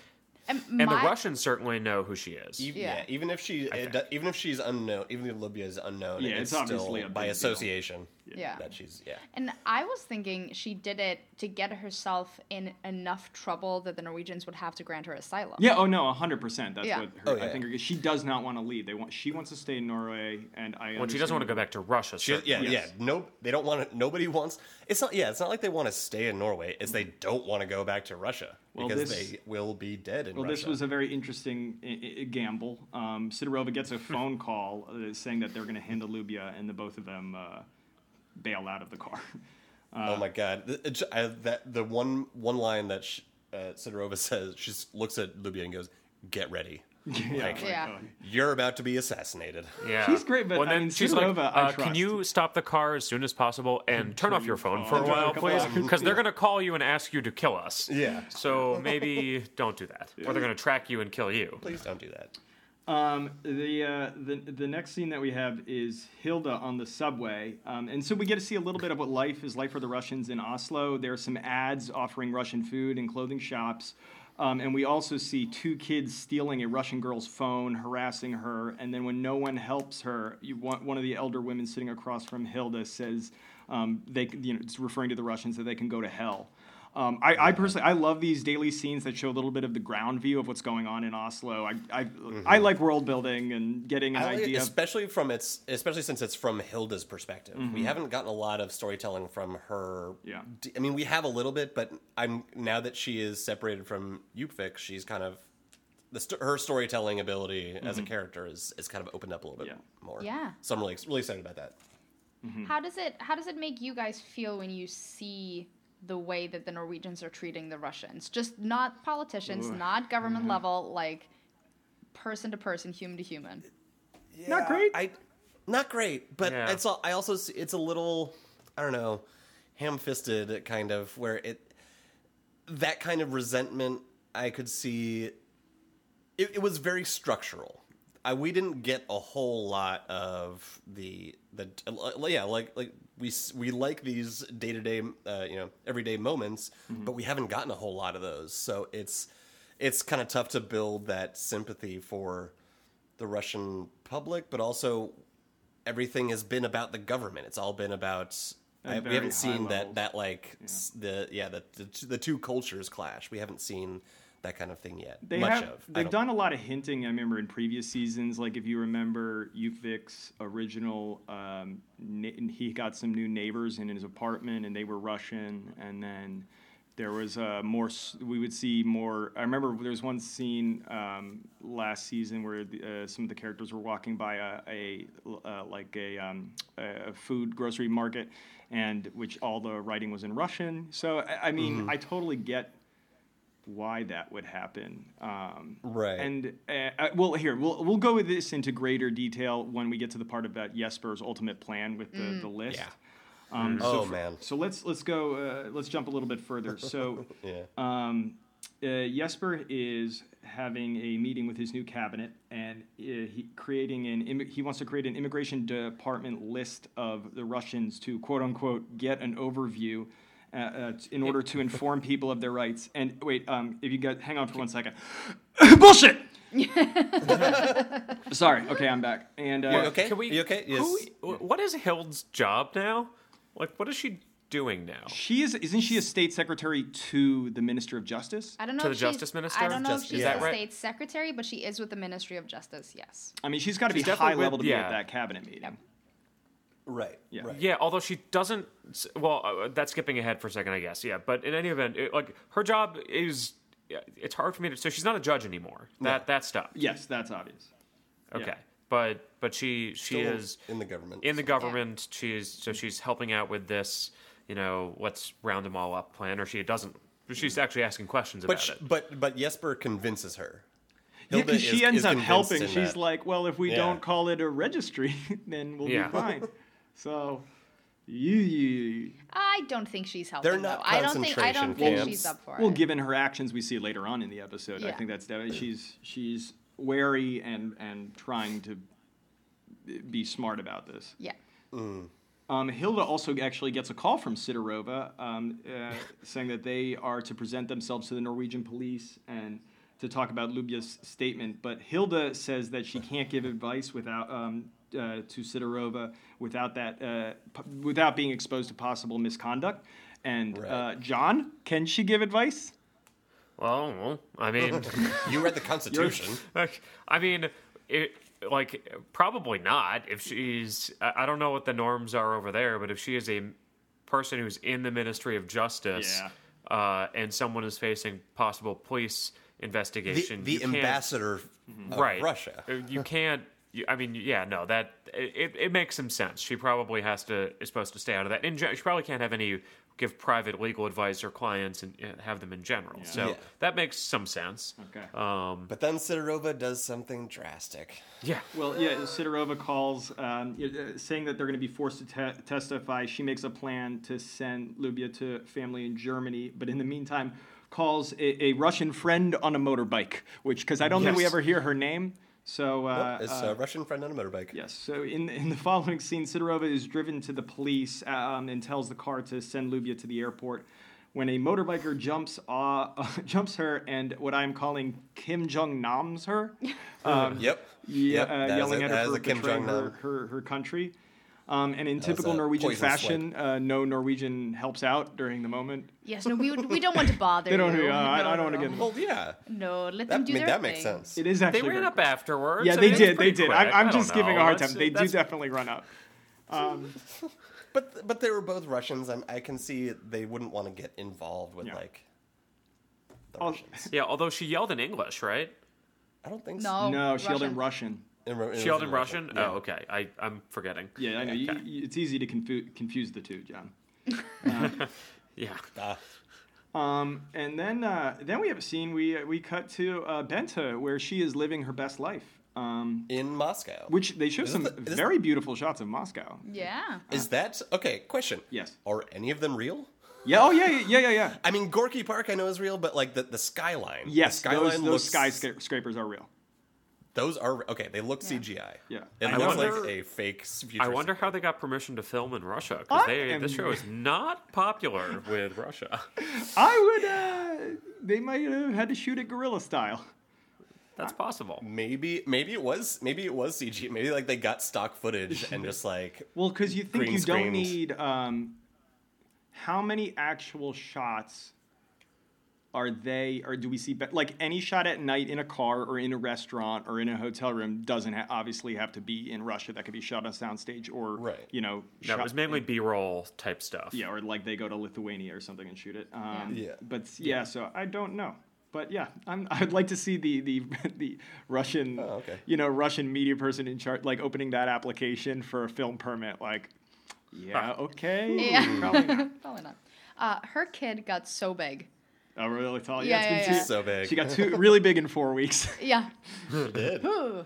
Speaker 4: And
Speaker 2: my-
Speaker 4: the Russians certainly know who she is.
Speaker 3: E- Yeah.
Speaker 2: Yeah.
Speaker 3: even if she, it, do- even if she's unknown, even if Libya is unknown,
Speaker 1: Yeah,
Speaker 3: it's,
Speaker 1: it's obviously
Speaker 3: still
Speaker 1: a
Speaker 3: by
Speaker 1: big deal.
Speaker 3: association.
Speaker 2: Yeah.
Speaker 3: that she's yeah.
Speaker 2: And I was thinking she did it to get herself in enough trouble that the Norwegians would have to grant her asylum.
Speaker 1: Yeah. Oh no, hundred percent. That's
Speaker 2: Yeah.
Speaker 1: what her,
Speaker 3: Oh, yeah.
Speaker 1: I think. Her, she does not want to leave. They want. She wants to stay in Norway, and I.
Speaker 4: Well, she doesn't want to go back to Russia.
Speaker 3: She,
Speaker 4: certainly.
Speaker 3: yeah,
Speaker 1: Yes.
Speaker 3: yeah. No, they don't want to. Nobody wants. It's not. Yeah, it's not like they want to stay in Norway. It's they don't want to go back to Russia
Speaker 1: Well,
Speaker 3: because
Speaker 1: this-
Speaker 3: they will be dead in
Speaker 1: Well,
Speaker 3: Russia.
Speaker 1: this was a very interesting I- I- gamble. Um, Sidorova gets a phone call uh, saying that they're going to handle Lubia, and the both of them uh, bail out of the car. uh,
Speaker 3: oh my god! Th- it's- I- that the one one line that sh uh, Sidorova says. She s- looks at Libya and goes, "Get ready, Like-
Speaker 2: Yeah.
Speaker 3: you're about to be assassinated."
Speaker 4: Yeah.
Speaker 1: She's great, but,
Speaker 4: Well,
Speaker 1: I
Speaker 4: then
Speaker 1: mean,
Speaker 4: she's
Speaker 1: Sidorova,
Speaker 4: like,
Speaker 1: I
Speaker 4: uh, can
Speaker 1: trust."
Speaker 4: you stop the car as soon as possible and turn off your phone for a
Speaker 1: phone.
Speaker 4: while,
Speaker 1: Turn off your
Speaker 4: please?
Speaker 1: phone.
Speaker 4: Because they're going to call you and ask you to kill us.
Speaker 3: Yeah.
Speaker 4: So maybe don't do that. Or they're going to track you and kill you.
Speaker 3: Please don't do that.
Speaker 1: Um, the, uh, the the next scene that we have is Hilda on the subway, um, and so we get to see a little bit of what life is like for the Russians in Oslo. There are some ads offering Russian food and clothing shops, um, and we also see two kids stealing a Russian girl's phone, harassing her, and then when no one helps her, you want, one of the elder women sitting across from Hilda says, um, "They c- you know it's referring to the Russians that they can go to hell." Um, I, I personally, I love these daily scenes that show a little bit of the ground view of what's going on in Oslo. I, I, I like world building and getting an
Speaker 3: Mm-hmm. I like it,
Speaker 1: idea. of-
Speaker 3: especially from its, especially since it's from Hilda's perspective. We haven't gotten a lot of storytelling from her.
Speaker 1: Mm-hmm. Yeah.
Speaker 3: D- I mean, we have a little bit, but I'm now that she is separated from Yupvik, she's kind of the st- her storytelling ability as a character is is kind of opened up a little bit
Speaker 1: Mm-hmm. Yeah.
Speaker 3: more.
Speaker 2: Yeah.
Speaker 3: so I'm really ex- really excited about that.
Speaker 2: How does it how does it make you guys feel when you see the way that the Norwegians are treating the Russians? Just not politicians, not
Speaker 4: Mm-hmm.
Speaker 2: government level, like person to person, human to human.
Speaker 1: Not great.
Speaker 3: I, not great, but
Speaker 4: Yeah.
Speaker 3: it's all, I also see, it's a little I don't know ham-fisted kind of where it that kind of resentment I could see. It, it was very structural. I, we didn't get a whole lot of the the uh, yeah like like we s- we like these day to day you know everyday moments,
Speaker 1: Mm-hmm.
Speaker 3: but we haven't gotten a whole lot of those. So it's it's kind of tough to build that sympathy for the Russian public, but also everything has been about the government. It's all been about. I, we
Speaker 1: very
Speaker 3: haven't
Speaker 1: high
Speaker 3: seen that
Speaker 1: levels.
Speaker 3: that like s the yeah the, the t- the two cultures clash. We haven't seen that kind of thing yet.
Speaker 1: they
Speaker 3: Much
Speaker 1: have,
Speaker 3: of. I
Speaker 1: they've
Speaker 3: don't-
Speaker 1: done a lot of hinting. I remember in previous seasons, like if you remember Uvik's original, um, na- he got some new neighbors in his apartment, and they were Russian, and then There was uh, more. s- We would see more. I remember there was one scene um, last season where the, uh, some of the characters were walking by a, a uh, like a, um, a food grocery market, and which all the writing was in Russian. So I, I mean,
Speaker 3: Mm-hmm.
Speaker 1: I totally get why that would happen. Um,
Speaker 3: Right.
Speaker 1: And uh, uh, well, here we'll we'll go with this into greater detail when we get to the part about Jesper's ultimate plan with the, the list.
Speaker 3: Yeah.
Speaker 1: Um, so
Speaker 3: Oh,
Speaker 1: f-
Speaker 3: man.
Speaker 1: So let's let's go. Uh, let's jump a little bit further. So
Speaker 3: Yeah.
Speaker 1: um, uh, Jesper is having a meeting with his new cabinet, and uh, he creating an immi- he wants to create an immigration department list of the Russians to quote unquote get an overview. Uh, uh, t- in order to inform people of their rights, and wait, um, if you guys hang on for one second, bullshit. Sorry. Okay, I'm back. And uh,
Speaker 3: You okay?
Speaker 4: Can we?
Speaker 3: You okay? Yes.
Speaker 4: who- what is Hild's job now? Like, what is she doing now?
Speaker 1: She is isn't she a state secretary to the Minister of Justice?
Speaker 2: I don't know
Speaker 4: To
Speaker 2: if
Speaker 4: the
Speaker 2: she's-
Speaker 4: Justice Minister?
Speaker 2: I don't know
Speaker 3: Justice,
Speaker 2: if she's
Speaker 3: is that
Speaker 2: the
Speaker 4: right?
Speaker 2: state secretary, but she is with the Ministry of Justice. Yes.
Speaker 1: I mean, she's got to be
Speaker 4: She's definitely
Speaker 1: high level
Speaker 4: with-
Speaker 1: to be
Speaker 4: yeah.
Speaker 1: at that cabinet meeting.
Speaker 3: Right. Right.
Speaker 4: Yeah, although she doesn't. Well, uh, that's skipping ahead for a second, I guess. Yeah, but in any event, it, like her job is, yeah, it's hard for me to. So she's not a judge anymore. That that stopped.
Speaker 1: Yes, that's obvious.
Speaker 4: Okay, but but she she
Speaker 3: Still
Speaker 4: is
Speaker 3: in the government.
Speaker 4: in the government. She's so she's helping out with this. You know, let's round them all up plan, or she doesn't. She's actually asking questions
Speaker 3: Hmm. But
Speaker 4: about
Speaker 3: sh-
Speaker 4: it.
Speaker 3: but but Jesper convinces her.
Speaker 1: Yeah,
Speaker 3: Hilda
Speaker 1: because she
Speaker 3: is-
Speaker 1: ends
Speaker 3: is
Speaker 1: up
Speaker 3: convinced
Speaker 1: helping.
Speaker 3: in
Speaker 1: She's
Speaker 3: that.
Speaker 1: like, well, if we
Speaker 3: Yeah.
Speaker 1: don't call it a registry, then we'll
Speaker 4: Yeah.
Speaker 1: be fine. so, you, you,
Speaker 2: I don't think she's helping.
Speaker 3: They're not
Speaker 2: though. I don't think I don't
Speaker 3: concentration
Speaker 2: think
Speaker 3: camps.
Speaker 2: she's up for
Speaker 1: well,
Speaker 2: it.
Speaker 1: given her actions, we see later on in the episode. I
Speaker 2: Yeah.
Speaker 1: think that's definitely- she's she's wary and and trying to be smart about this.
Speaker 2: yeah.
Speaker 1: Um, Hilda also actually gets a call from Sidorova um, uh, saying that they are to present themselves to the Norwegian police and to talk about Lubya's statement. But Hilda says that she can't give advice without um, uh, to Sidorova without that uh, p- without being exposed to possible misconduct. And uh,
Speaker 3: Right.
Speaker 1: John, can she give advice?
Speaker 4: Well, well, I mean,
Speaker 3: You read the Constitution.
Speaker 4: like, I mean, it, like probably not. If she's, I I don't know what the norms are over there, but if she is a person who's in the Ministry of Justice, uh, and someone is facing possible police
Speaker 3: the
Speaker 4: investigation, you
Speaker 3: the
Speaker 4: can't-
Speaker 3: ambassador
Speaker 1: Mhm.
Speaker 3: of
Speaker 4: right,
Speaker 3: Russia.
Speaker 4: Uh, You can't. You, I mean, yeah, no, that it, it makes some sense. She probably has to is supposed to stay out of that. In gen- she probably can't have any give private legal advice or clients and uh, have them in general. So
Speaker 3: Yeah.
Speaker 4: that makes some sense.
Speaker 1: Okay.
Speaker 4: Um,
Speaker 3: But then Sidorova does something drastic.
Speaker 4: yeah.
Speaker 1: Well, yeah, Sidorova calls um, y- uh, saying that they're going to be forced to te- testify. She makes a plan to send Lubia to family in Germany, but in the meantime, calls a, a Russian friend on a motorbike, which, because I don't think we
Speaker 3: Yes.
Speaker 1: ever hear her name. So, uh,
Speaker 3: Oh, it's
Speaker 1: uh,
Speaker 3: a Russian friend on a motorbike.
Speaker 1: Yes. So in in the following scene, Sidorova is driven to the police um, and tells the car to send Lubia to the airport. When a motorbiker jumps uh, jumps her and what I'm calling Kim Jong Nam's her, um,
Speaker 3: Yep.
Speaker 1: yeah,
Speaker 3: Yep, that
Speaker 1: uh,
Speaker 3: is
Speaker 1: yelling
Speaker 3: it.
Speaker 1: at
Speaker 3: That
Speaker 1: her
Speaker 3: is
Speaker 1: for
Speaker 3: a Kim
Speaker 1: betraying her,
Speaker 3: Jong-nam.
Speaker 1: her, her country. Um, and in
Speaker 3: was
Speaker 1: typical
Speaker 3: a
Speaker 1: Norwegian
Speaker 3: poison swipe.
Speaker 1: fashion, uh, no Norwegian helps out during the moment.
Speaker 2: Yes. No. We would, we don't want to bother.
Speaker 1: They don't.
Speaker 2: You.
Speaker 1: Uh, I, I
Speaker 2: No,
Speaker 1: don't want to
Speaker 2: no.
Speaker 1: get.
Speaker 3: Well, yeah.
Speaker 2: No. Let
Speaker 3: That, I
Speaker 2: them do
Speaker 3: mean,
Speaker 2: their
Speaker 3: that makes
Speaker 2: thing.
Speaker 3: sense.
Speaker 1: It is
Speaker 4: They
Speaker 1: actually.
Speaker 4: ran
Speaker 1: very
Speaker 4: up
Speaker 1: quick.
Speaker 4: afterwards.
Speaker 1: Yeah,
Speaker 4: I
Speaker 1: they
Speaker 4: mean, it's
Speaker 1: did. They
Speaker 4: pretty
Speaker 1: did.
Speaker 4: quick.
Speaker 1: I'm,
Speaker 4: I
Speaker 1: I'm
Speaker 4: don't
Speaker 1: just giving a
Speaker 4: know.
Speaker 1: hard time.
Speaker 4: That's-
Speaker 1: They do
Speaker 4: that's-
Speaker 1: definitely run up.
Speaker 3: But but they were both Russians. I'm, I can see they wouldn't want to get involved with
Speaker 1: Yeah.
Speaker 3: like the
Speaker 1: Oh,
Speaker 3: Russians.
Speaker 4: Yeah, although she yelled in English, right?
Speaker 3: I don't think so.
Speaker 2: No.
Speaker 1: no, she yelled in
Speaker 2: Russian.
Speaker 1: Russian.
Speaker 3: In Ru-
Speaker 4: She yelled in
Speaker 3: in
Speaker 4: Russian.
Speaker 3: Yeah.
Speaker 4: Oh, okay. I I'm forgetting.
Speaker 1: Yeah, I know. You,
Speaker 4: Okay.
Speaker 1: you, it's easy to confu- confuse the two, John.
Speaker 4: Yeah.
Speaker 3: Ah,
Speaker 1: Um, and then uh, then we have a scene we we cut to uh, Benta where she is living her best life. Um,
Speaker 3: in Moscow.
Speaker 1: which they show
Speaker 3: Is
Speaker 1: some
Speaker 3: this the- is this-
Speaker 1: very beautiful shots of Moscow.
Speaker 2: Yeah.
Speaker 3: is that okay? Question.
Speaker 1: Yes.
Speaker 3: Are any of them real?
Speaker 1: Yeah. Oh yeah. Yeah. Yeah. Yeah. yeah.
Speaker 3: I mean, Gorky Park I know is real, but like the, the skyline. the
Speaker 1: Yes.
Speaker 3: skyline
Speaker 1: those
Speaker 3: looks-
Speaker 1: those skyscrapers are real.
Speaker 3: Those are okay. They look CGI.
Speaker 1: Yeah.
Speaker 3: It
Speaker 4: I
Speaker 3: looks
Speaker 4: wonder-
Speaker 3: like a fake. s- Future
Speaker 4: I wonder
Speaker 3: s-
Speaker 4: how they got permission to film in Russia because
Speaker 1: I am-
Speaker 4: this show is not popular with Russia.
Speaker 1: I would. Uh, they might have had to shoot it guerrilla style.
Speaker 4: That's possible.
Speaker 3: Maybe maybe it was maybe it was CG. Maybe like they got stock footage and just like
Speaker 1: Well, because you think
Speaker 3: Green
Speaker 1: you don't
Speaker 3: screens.
Speaker 1: need um, how many actual shots Are they, or do we see, be- like any shot at night in a car or in a restaurant or in a hotel room doesn't ha- obviously have to be in Russia. That could be shot on soundstage or,
Speaker 3: Right.
Speaker 1: you know,
Speaker 4: No, it
Speaker 1: shot
Speaker 4: was mainly B-roll type stuff.
Speaker 1: yeah, or like they go to Lithuania or something and shoot it. Um,
Speaker 3: Yeah. Yeah.
Speaker 1: But yeah, so I don't know. But yeah, I'm, I'd like to see the the the Russian,
Speaker 3: Oh, okay.
Speaker 1: you know, Russian media person in charge, like opening that application for a film permit. Like, yeah, okay,
Speaker 2: Yeah.
Speaker 1: probably not.
Speaker 2: Probably not. Uh, her kid got so big.
Speaker 1: Oh, really tall.
Speaker 2: Yeah,
Speaker 1: it's been
Speaker 2: yeah,
Speaker 1: two-
Speaker 3: So big.
Speaker 1: She got two really big in four weeks.
Speaker 2: Yeah.
Speaker 3: did.
Speaker 2: Ooh.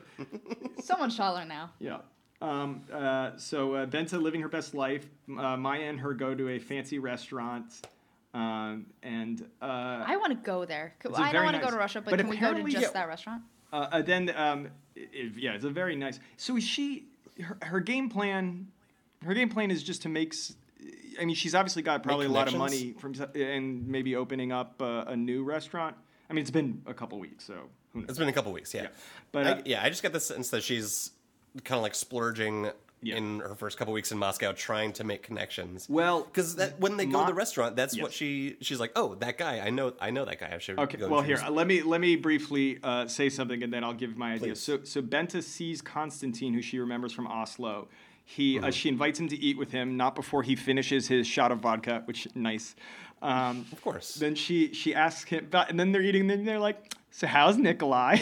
Speaker 2: so much taller now.
Speaker 1: Yeah. Um, uh, so uh, Benta living her best life. Uh, Maya and her go to a fancy restaurant, um, and uh,
Speaker 2: I want to go there. Could-
Speaker 1: It's a
Speaker 2: I
Speaker 1: very
Speaker 2: don't want to
Speaker 1: nice-
Speaker 2: go to Russia, but,
Speaker 1: but
Speaker 2: can we go to
Speaker 1: apparently,
Speaker 2: just
Speaker 1: yeah.
Speaker 2: that restaurant?
Speaker 1: Uh, uh, then, um, it, it- yeah, it's a very nice. So is she her, her game plan? Her game plan is just to make. s- I mean, she's obviously got probably a lot of money from s- and maybe opening up uh, a new restaurant. I mean, it's been a couple weeks, so who knows?
Speaker 3: It's been a couple weeks, yeah.
Speaker 1: But,
Speaker 3: But
Speaker 1: uh,
Speaker 3: I, yeah, I just got the sense that she's kind of like splurging
Speaker 1: Yeah.
Speaker 3: in her first couple weeks in Moscow, trying to make connections.
Speaker 1: Well,
Speaker 3: because that when they go
Speaker 1: Mo-
Speaker 3: to the restaurant, that's
Speaker 1: Yes.
Speaker 3: what she she's like. Oh, that guy, I know, I know that guy. I should.
Speaker 1: Okay.
Speaker 3: Go
Speaker 1: Well, here
Speaker 3: introduce-"
Speaker 1: uh, let me let me briefly uh, say something, and then I'll give my idea.
Speaker 3: Please.
Speaker 1: So so Benta sees Constantine, who she remembers from Oslo. He
Speaker 3: Mm-hmm.
Speaker 1: uh, she invites him to eat with him, not before he finishes his shot of vodka, which nice. Um,
Speaker 3: Of course.
Speaker 1: then she she asks him, about, and then they're eating, and then they're like, "So how's Nikolai?"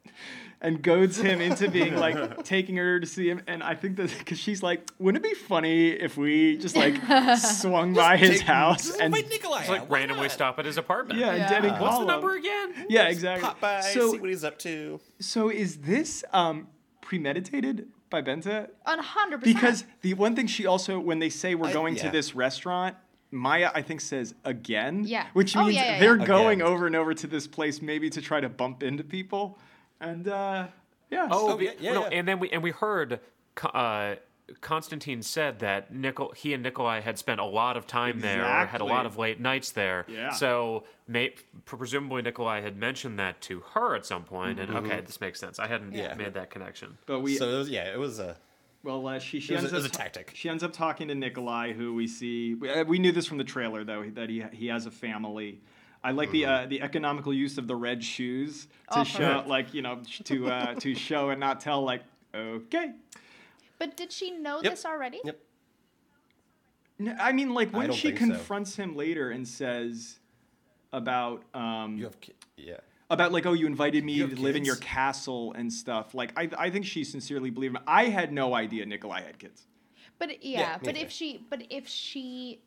Speaker 1: and goads him into being like taking her to see him. And I think that because she's like, "Wouldn't it be funny if we just like swung by
Speaker 3: Take-
Speaker 1: his house
Speaker 3: just
Speaker 1: and
Speaker 3: invite Nikolai.
Speaker 4: It's like
Speaker 3: out, why
Speaker 4: randomly
Speaker 3: not?
Speaker 4: stop at his apartment.
Speaker 1: yeah,
Speaker 2: Yeah.
Speaker 1: and dead and
Speaker 4: What's
Speaker 1: call him.
Speaker 4: the number again?
Speaker 1: Yeah, exactly.
Speaker 3: Pop by,
Speaker 1: so,
Speaker 3: see what he's up to.
Speaker 1: so is this um, premeditated by Benta?
Speaker 2: One hundred percent.
Speaker 1: Because the one thing she also, when they say we're
Speaker 3: I-
Speaker 1: going to
Speaker 3: yeah.
Speaker 1: this restaurant, Maya I think says again.
Speaker 2: Yeah.
Speaker 1: Which
Speaker 2: Oh,
Speaker 1: means
Speaker 2: yeah, yeah,
Speaker 1: they're
Speaker 2: yeah.
Speaker 1: going
Speaker 3: Again.
Speaker 1: over and over to this place maybe to try to bump into people, and uh, yeah.
Speaker 4: Oh,
Speaker 3: Oh, yeah, yeah,
Speaker 4: no,
Speaker 3: yeah.
Speaker 4: and then we and we heard Co- uh, Constantine said that Nicol he and Nikolai had spent a lot of time there, or had a
Speaker 1: Exactly.
Speaker 4: lot of late nights there.
Speaker 1: Yeah.
Speaker 4: So may, presumably Nikolai had mentioned that to her at some point, and okay, this makes sense. I hadn't
Speaker 3: Mm-hmm. Yeah.
Speaker 4: made that connection.
Speaker 1: but we
Speaker 3: so it was, yeah, it was a.
Speaker 1: well uh, she she
Speaker 3: It was a-
Speaker 1: ends
Speaker 3: it was
Speaker 1: up
Speaker 3: a
Speaker 1: ta-
Speaker 3: tactic.
Speaker 1: She ends up talking to Nikolai, who we see. we- uh, We knew this from the trailer though that he he has a family. I like the
Speaker 3: Mm-hmm.
Speaker 1: uh, the economical use of the red shoes to
Speaker 2: Oh, for
Speaker 1: show, like you know, sh- to uh, to show and not tell. Like, okay,
Speaker 2: but did she know
Speaker 3: Yep.
Speaker 2: this already?
Speaker 3: Yep.
Speaker 1: N- I mean, like when
Speaker 3: don't
Speaker 1: she
Speaker 3: think so.
Speaker 1: confronts him later and says about um,
Speaker 3: You have. ki- Yeah.
Speaker 1: about like oh you invited me
Speaker 3: You
Speaker 1: to
Speaker 3: have
Speaker 1: live in your
Speaker 3: kids?
Speaker 1: castle and stuff. Like I I think she sincerely believed him. I had no idea Nikolai had kids.
Speaker 2: But yeah,
Speaker 3: Yeah,
Speaker 2: but
Speaker 3: yeah.
Speaker 2: if she, but if she,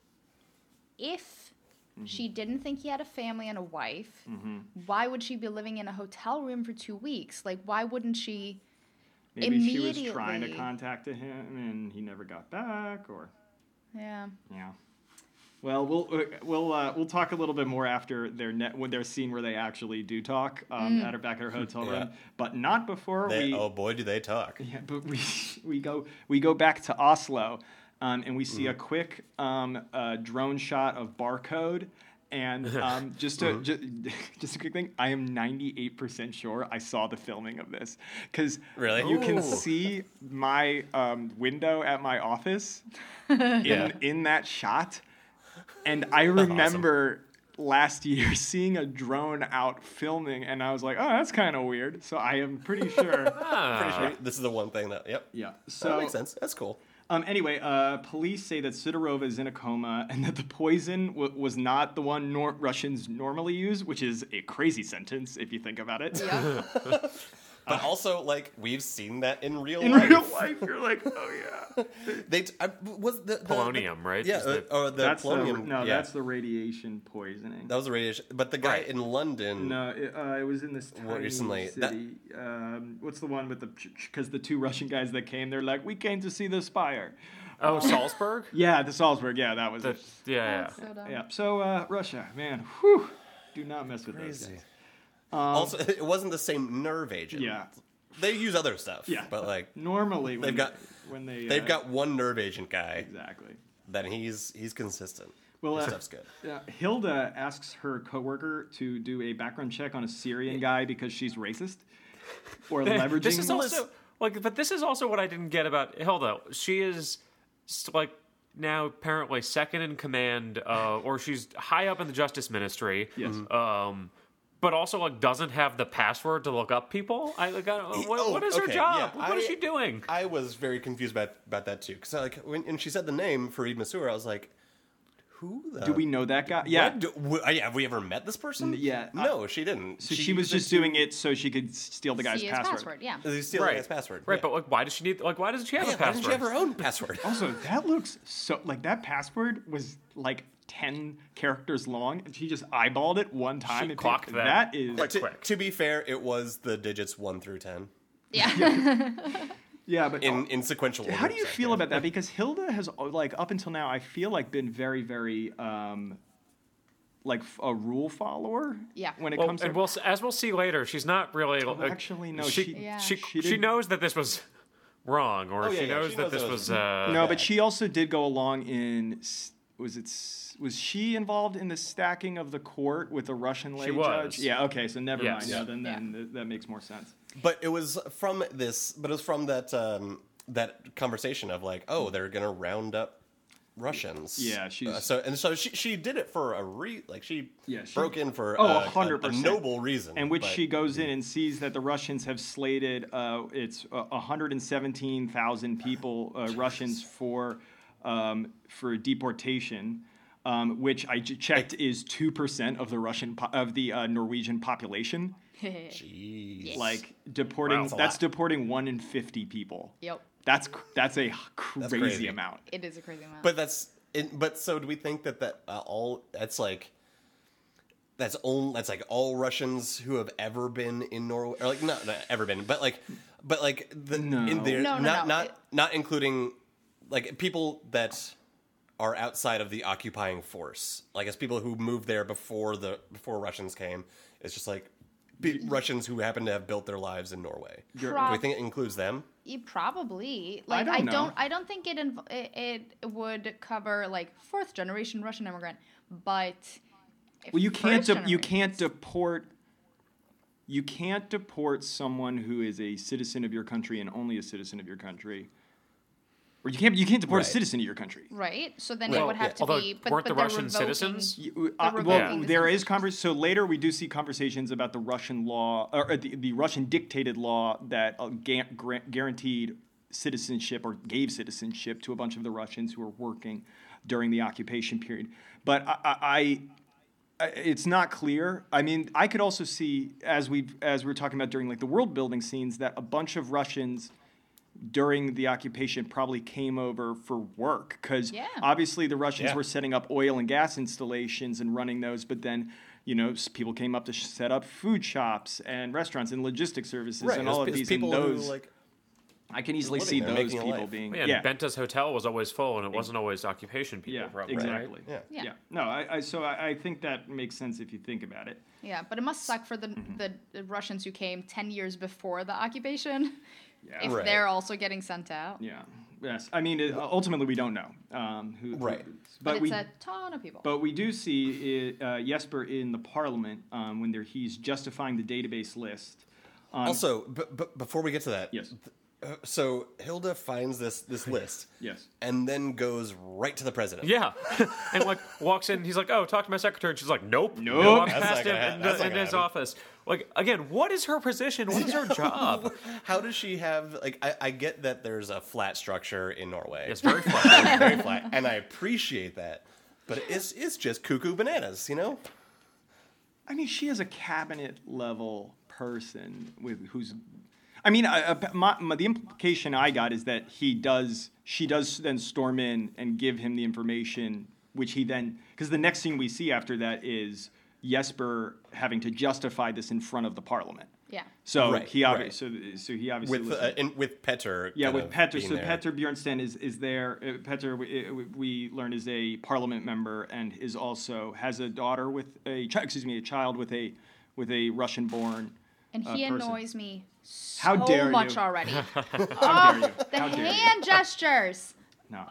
Speaker 2: if she didn't think he had a family and a wife, why would she be living in a hotel room for two weeks? Like, why wouldn't she?
Speaker 1: Maybe she was trying to
Speaker 2: Immediately.
Speaker 1: contact him and he never got back or.
Speaker 2: Yeah.
Speaker 1: Yeah. Well, we'll uh, we'll uh, we'll talk a little bit more after their net when their scene where they actually do talk um, at her back at her hotel
Speaker 3: Yeah.
Speaker 1: room, but not before
Speaker 3: They,
Speaker 1: we
Speaker 3: oh boy, do they talk.
Speaker 1: yeah, but we we go we go back to Oslo, um, and we see
Speaker 3: Mm.
Speaker 1: a quick um, uh, drone shot of barcode. And um, just
Speaker 3: Uh-huh.
Speaker 1: to ju- just, a quick thing, I am ninety eight percent sure I saw the filming of this because
Speaker 3: Really? Oh.
Speaker 1: you can
Speaker 3: Ooh.
Speaker 1: see my um, window at my office
Speaker 3: Yeah.
Speaker 1: in, in that shot. And I remember last year seeing a drone out filming, and I was like, oh, that's kind of weird. So I am pretty sure.
Speaker 4: Ah.
Speaker 3: Pretty sure this is the one thing that. Yep.
Speaker 1: yeah.
Speaker 3: So,
Speaker 1: So
Speaker 3: that makes sense. That's cool.
Speaker 1: Um, anyway, uh, police say that Sidorova is in a coma and that the poison w- was not the one nor- Russians normally use, which is a crazy sentence if you think about it.
Speaker 2: Yeah.
Speaker 3: But also, like we've seen that in real
Speaker 1: Uh, In
Speaker 3: life.
Speaker 1: real life, you're like, oh yeah.
Speaker 3: They t- I, was the, the
Speaker 4: Polonium, right?
Speaker 3: Yeah,
Speaker 4: Is
Speaker 3: uh,
Speaker 4: the-
Speaker 3: or the
Speaker 1: That's the,
Speaker 3: polonium.
Speaker 1: no,
Speaker 3: yeah.
Speaker 1: that's the radiation poisoning.
Speaker 3: that was the radiation. But the guy
Speaker 4: Right.
Speaker 3: in London.
Speaker 1: No, it, uh, it was in this tiny
Speaker 3: Well, recently, that-
Speaker 1: city. Um, what's the one with the? Because the two Russian guys that came, they're like, we came to see the spire.
Speaker 4: Oh, Salzburg.
Speaker 1: Yeah, the Salzburg. Yeah, that was.
Speaker 4: The-
Speaker 1: it.
Speaker 4: yeah, yeah.
Speaker 2: So dumb.
Speaker 1: Yeah. So uh, Russia, man, whew, do not mess with those
Speaker 3: Crazy.
Speaker 1: guys.
Speaker 3: also, it wasn't the same nerve agent.
Speaker 1: Um, Yeah.
Speaker 3: They use other stuff.
Speaker 1: Yeah.
Speaker 3: But like
Speaker 1: Normally, when
Speaker 3: they've got-
Speaker 1: when they
Speaker 3: they've
Speaker 1: uh,
Speaker 3: got one nerve agent guy.
Speaker 1: exactly.
Speaker 3: Then he's he's consistent.
Speaker 1: Well,
Speaker 3: His
Speaker 1: uh,
Speaker 3: stuff's good.
Speaker 1: Uh, Hilda asks her coworker to do a background check on a Syrian guy because she's racist, or leveraging.
Speaker 4: This is
Speaker 1: the-
Speaker 4: also like, but this is also what I didn't get about Hilda. She is s- like now apparently second in command, uh, or she's high up in the justice ministry.
Speaker 1: Yes.
Speaker 4: Um, but also like doesn't have the password to look up people. I like, I don't- what,
Speaker 3: Oh,
Speaker 4: what is her
Speaker 3: okay,
Speaker 4: job?
Speaker 3: yeah,
Speaker 4: What is
Speaker 3: I-
Speaker 4: she doing?
Speaker 3: I was very confused about about that too, because like when and she said the name Fareed Masur, I was like, who the
Speaker 1: Do we know that guy? Yeah.
Speaker 3: What? Do- w- uh, yeah, have we ever met this person?
Speaker 1: yeah, I-
Speaker 3: no, she didn't.
Speaker 1: So she, was just doing it so she could s- steal the guy's
Speaker 2: See his
Speaker 1: password.
Speaker 2: password. Yeah.
Speaker 3: They steal
Speaker 4: Right.
Speaker 3: his password,
Speaker 4: Right,
Speaker 3: yeah.
Speaker 4: but like, why does she need? Like, why doesn't she have
Speaker 3: yeah,
Speaker 4: a
Speaker 3: why
Speaker 4: password?
Speaker 3: didn't she have her own password?
Speaker 1: Also, that looks so like that password was like ten characters long, and she just eyeballed it one time. and
Speaker 4: clocked
Speaker 1: picked-
Speaker 4: that.
Speaker 1: That is
Speaker 4: Like-
Speaker 3: to,
Speaker 4: quick.
Speaker 3: to be fair, it was the digits one through ten
Speaker 2: Yeah.
Speaker 1: yeah, but
Speaker 3: in in sequential order.
Speaker 1: Oh. how do you
Speaker 3: so-
Speaker 1: feel about that? Because Hilda has uh, like up until now, I feel like been very, very um, like f- a rule follower.
Speaker 2: Yeah.
Speaker 1: When it
Speaker 4: Well,
Speaker 1: comes to
Speaker 4: and we'll, as we'll see later, she's not really. like,
Speaker 1: actually, no,
Speaker 4: She
Speaker 1: she-
Speaker 2: Yeah.
Speaker 4: she,
Speaker 1: she
Speaker 4: she,
Speaker 1: didn't-
Speaker 4: knows that this was wrong, or
Speaker 3: Oh, yeah,
Speaker 4: she,
Speaker 3: yeah,
Speaker 4: knows
Speaker 3: she
Speaker 4: that
Speaker 3: knows
Speaker 4: this
Speaker 3: that
Speaker 4: was.
Speaker 3: was-
Speaker 4: Uh,
Speaker 1: no, but
Speaker 3: that.
Speaker 1: she also did go along in. s- Was it? s- Was she involved in the stacking of the court with the Russian lady judge?
Speaker 4: was.
Speaker 1: Yeah. Okay. So never
Speaker 4: Yes.
Speaker 1: mind. No, then
Speaker 2: Yeah.
Speaker 1: then th- that makes more sense.
Speaker 3: But it was from this. But it was from that um, that conversation of like, oh, they're gonna round up Russians.
Speaker 1: Yeah, she's-
Speaker 3: Uh, so and so she she did it for a re like she
Speaker 1: Yeah, she-
Speaker 3: broke in for
Speaker 1: Oh,
Speaker 3: a, a-
Speaker 1: 100%.
Speaker 3: a noble reason,
Speaker 1: in which
Speaker 3: but-
Speaker 1: she goes in and sees that the Russians have slated uh, it's uh, 117,000 people uh, Russians for um, for deportation, um, which I j- checked is two percent of the Russian po- of the uh, Norwegian population.
Speaker 3: Jeez.
Speaker 1: Like deporting,
Speaker 3: a
Speaker 1: that's
Speaker 3: lot.
Speaker 1: deporting one in 50 people.
Speaker 2: yep.
Speaker 1: That's cr- that's a h- crazy,
Speaker 3: crazy.
Speaker 1: amount.
Speaker 2: It is a crazy amount.
Speaker 3: But that's it, but so do we think that that uh, all that's like that's all that's like all Russians who have ever been in Norway or like not, not ever been but like but like the
Speaker 1: No.
Speaker 3: in there
Speaker 2: No, no,
Speaker 3: not
Speaker 2: no,
Speaker 3: not
Speaker 2: it-
Speaker 3: not including like people that are outside of the occupying force like as people who moved there before the before Russians came it's just like be, Russians who happen to have built their lives in Norway do
Speaker 2: Prob-
Speaker 3: we think it includes them
Speaker 2: Yeah, probably. Like
Speaker 1: don't
Speaker 2: I
Speaker 1: know.
Speaker 2: don't, I don't think it, inv- it it would cover like fourth generation Russian immigrant, but
Speaker 1: Well, you can't
Speaker 2: first
Speaker 1: de- you
Speaker 2: generation.
Speaker 1: can't deport you can't deport someone who is a citizen of your country and only a citizen of your country. Or you can't you can't deport
Speaker 3: Right.
Speaker 1: a citizen of your country.
Speaker 2: right. So then it
Speaker 3: Well,
Speaker 2: would have
Speaker 3: yeah.
Speaker 2: to
Speaker 4: although
Speaker 2: be. But,
Speaker 4: weren't
Speaker 2: but
Speaker 4: the
Speaker 2: they're
Speaker 4: Russian
Speaker 2: revoking-
Speaker 4: citizens?
Speaker 1: You- uh,
Speaker 2: They're
Speaker 1: well,
Speaker 2: revoking this
Speaker 1: there is
Speaker 2: position.
Speaker 1: convers. So later we do see conversations about the Russian law or uh, the, the Russian dictated law that uh, ga- gra- guaranteed citizenship or gave citizenship to a bunch of the Russians who were working during the occupation period. But I. I I- it's not clear. I mean, I could also see as we as we were talking about during like the world building scenes that a bunch of Russians during the occupation probably came over for work because
Speaker 2: Yeah.
Speaker 1: obviously the Russians
Speaker 3: Yeah.
Speaker 1: were setting up oil and gas installations and running those, but then you know s- people came up to sh- set up food shops and restaurants and logistics services and
Speaker 3: It's-
Speaker 1: all of
Speaker 3: it's
Speaker 1: these. And
Speaker 3: people who,
Speaker 1: those,
Speaker 3: like
Speaker 1: I can easily
Speaker 3: living
Speaker 1: see
Speaker 3: there,
Speaker 1: those
Speaker 3: making a
Speaker 1: people
Speaker 3: life.
Speaker 1: being
Speaker 4: yeah, and
Speaker 1: yeah,
Speaker 4: Benta's hotel was always full, and it wasn't always occupation people.
Speaker 1: yeah,
Speaker 4: probably, right?
Speaker 1: exactly.
Speaker 3: Yeah.
Speaker 1: Yeah.
Speaker 2: Yeah.
Speaker 1: No, I, I so I, I think that makes sense if you think about it.
Speaker 2: Yeah, but it must suck for the
Speaker 1: Mm-hmm.
Speaker 2: the, the Russians who came ten years before the occupation.
Speaker 1: Yeah.
Speaker 2: If
Speaker 3: Right.
Speaker 2: they're also getting sent out,
Speaker 1: Yeah. Yes. I mean, it, ultimately, we don't know um, who. who-
Speaker 3: Right.
Speaker 2: but,
Speaker 1: But,
Speaker 2: it's
Speaker 1: we.
Speaker 2: a ton of people.
Speaker 1: but we do see i uh, Jesper in the parliament um, when there, he's justifying the database list. Um,
Speaker 3: Also, b- b- before we get to that,
Speaker 1: Yes.
Speaker 3: th- uh, so Hilda finds this this list,
Speaker 1: Yes.
Speaker 3: and then goes right to the president.
Speaker 4: Yeah, and like walks in, he's like, "Oh, talk to my secretary." And she's like, "Nope,
Speaker 1: Nope.
Speaker 4: Walks
Speaker 3: That's
Speaker 4: past
Speaker 3: not
Speaker 4: him
Speaker 3: gonna
Speaker 4: in,
Speaker 3: hap- that's
Speaker 4: the-
Speaker 3: not
Speaker 4: in
Speaker 3: gonna
Speaker 4: his
Speaker 3: happen.
Speaker 4: office. Like again, what is her position? What is her job?
Speaker 3: How does she have like? I, I get that there's a flat structure in Norway.
Speaker 4: it's very fun.
Speaker 3: very flat, and I appreciate that. But it's it's just cuckoo bananas, you know.
Speaker 1: I mean, she is a cabinet level person with who's. I mean, I, I- my, my, the implication I got is that he does. She does then storm in and give him the information, which he then because the next scene we see after that is Jesper having to justify this in front of the parliament.
Speaker 2: yeah,
Speaker 1: So
Speaker 3: Right,
Speaker 1: he
Speaker 3: right.
Speaker 1: obviously, so, so he obviously
Speaker 3: With
Speaker 1: listened.
Speaker 3: uh, in, with Petter.
Speaker 1: Yeah,
Speaker 3: kind
Speaker 1: with
Speaker 3: of
Speaker 1: Petter.
Speaker 3: being
Speaker 1: So
Speaker 3: there.
Speaker 1: Petter Bjornsten is is there. Uh, Petter, we, uh, we learned is a parliament member and is also has a daughter with a chi- excuse me a child with a with a Russian born.
Speaker 2: and
Speaker 1: Uh,
Speaker 2: he
Speaker 1: person.
Speaker 2: annoys me so
Speaker 1: How dare
Speaker 2: much
Speaker 1: you.
Speaker 2: already.
Speaker 1: How dare you?
Speaker 2: the
Speaker 1: How dare you?
Speaker 2: hand gestures.
Speaker 1: No.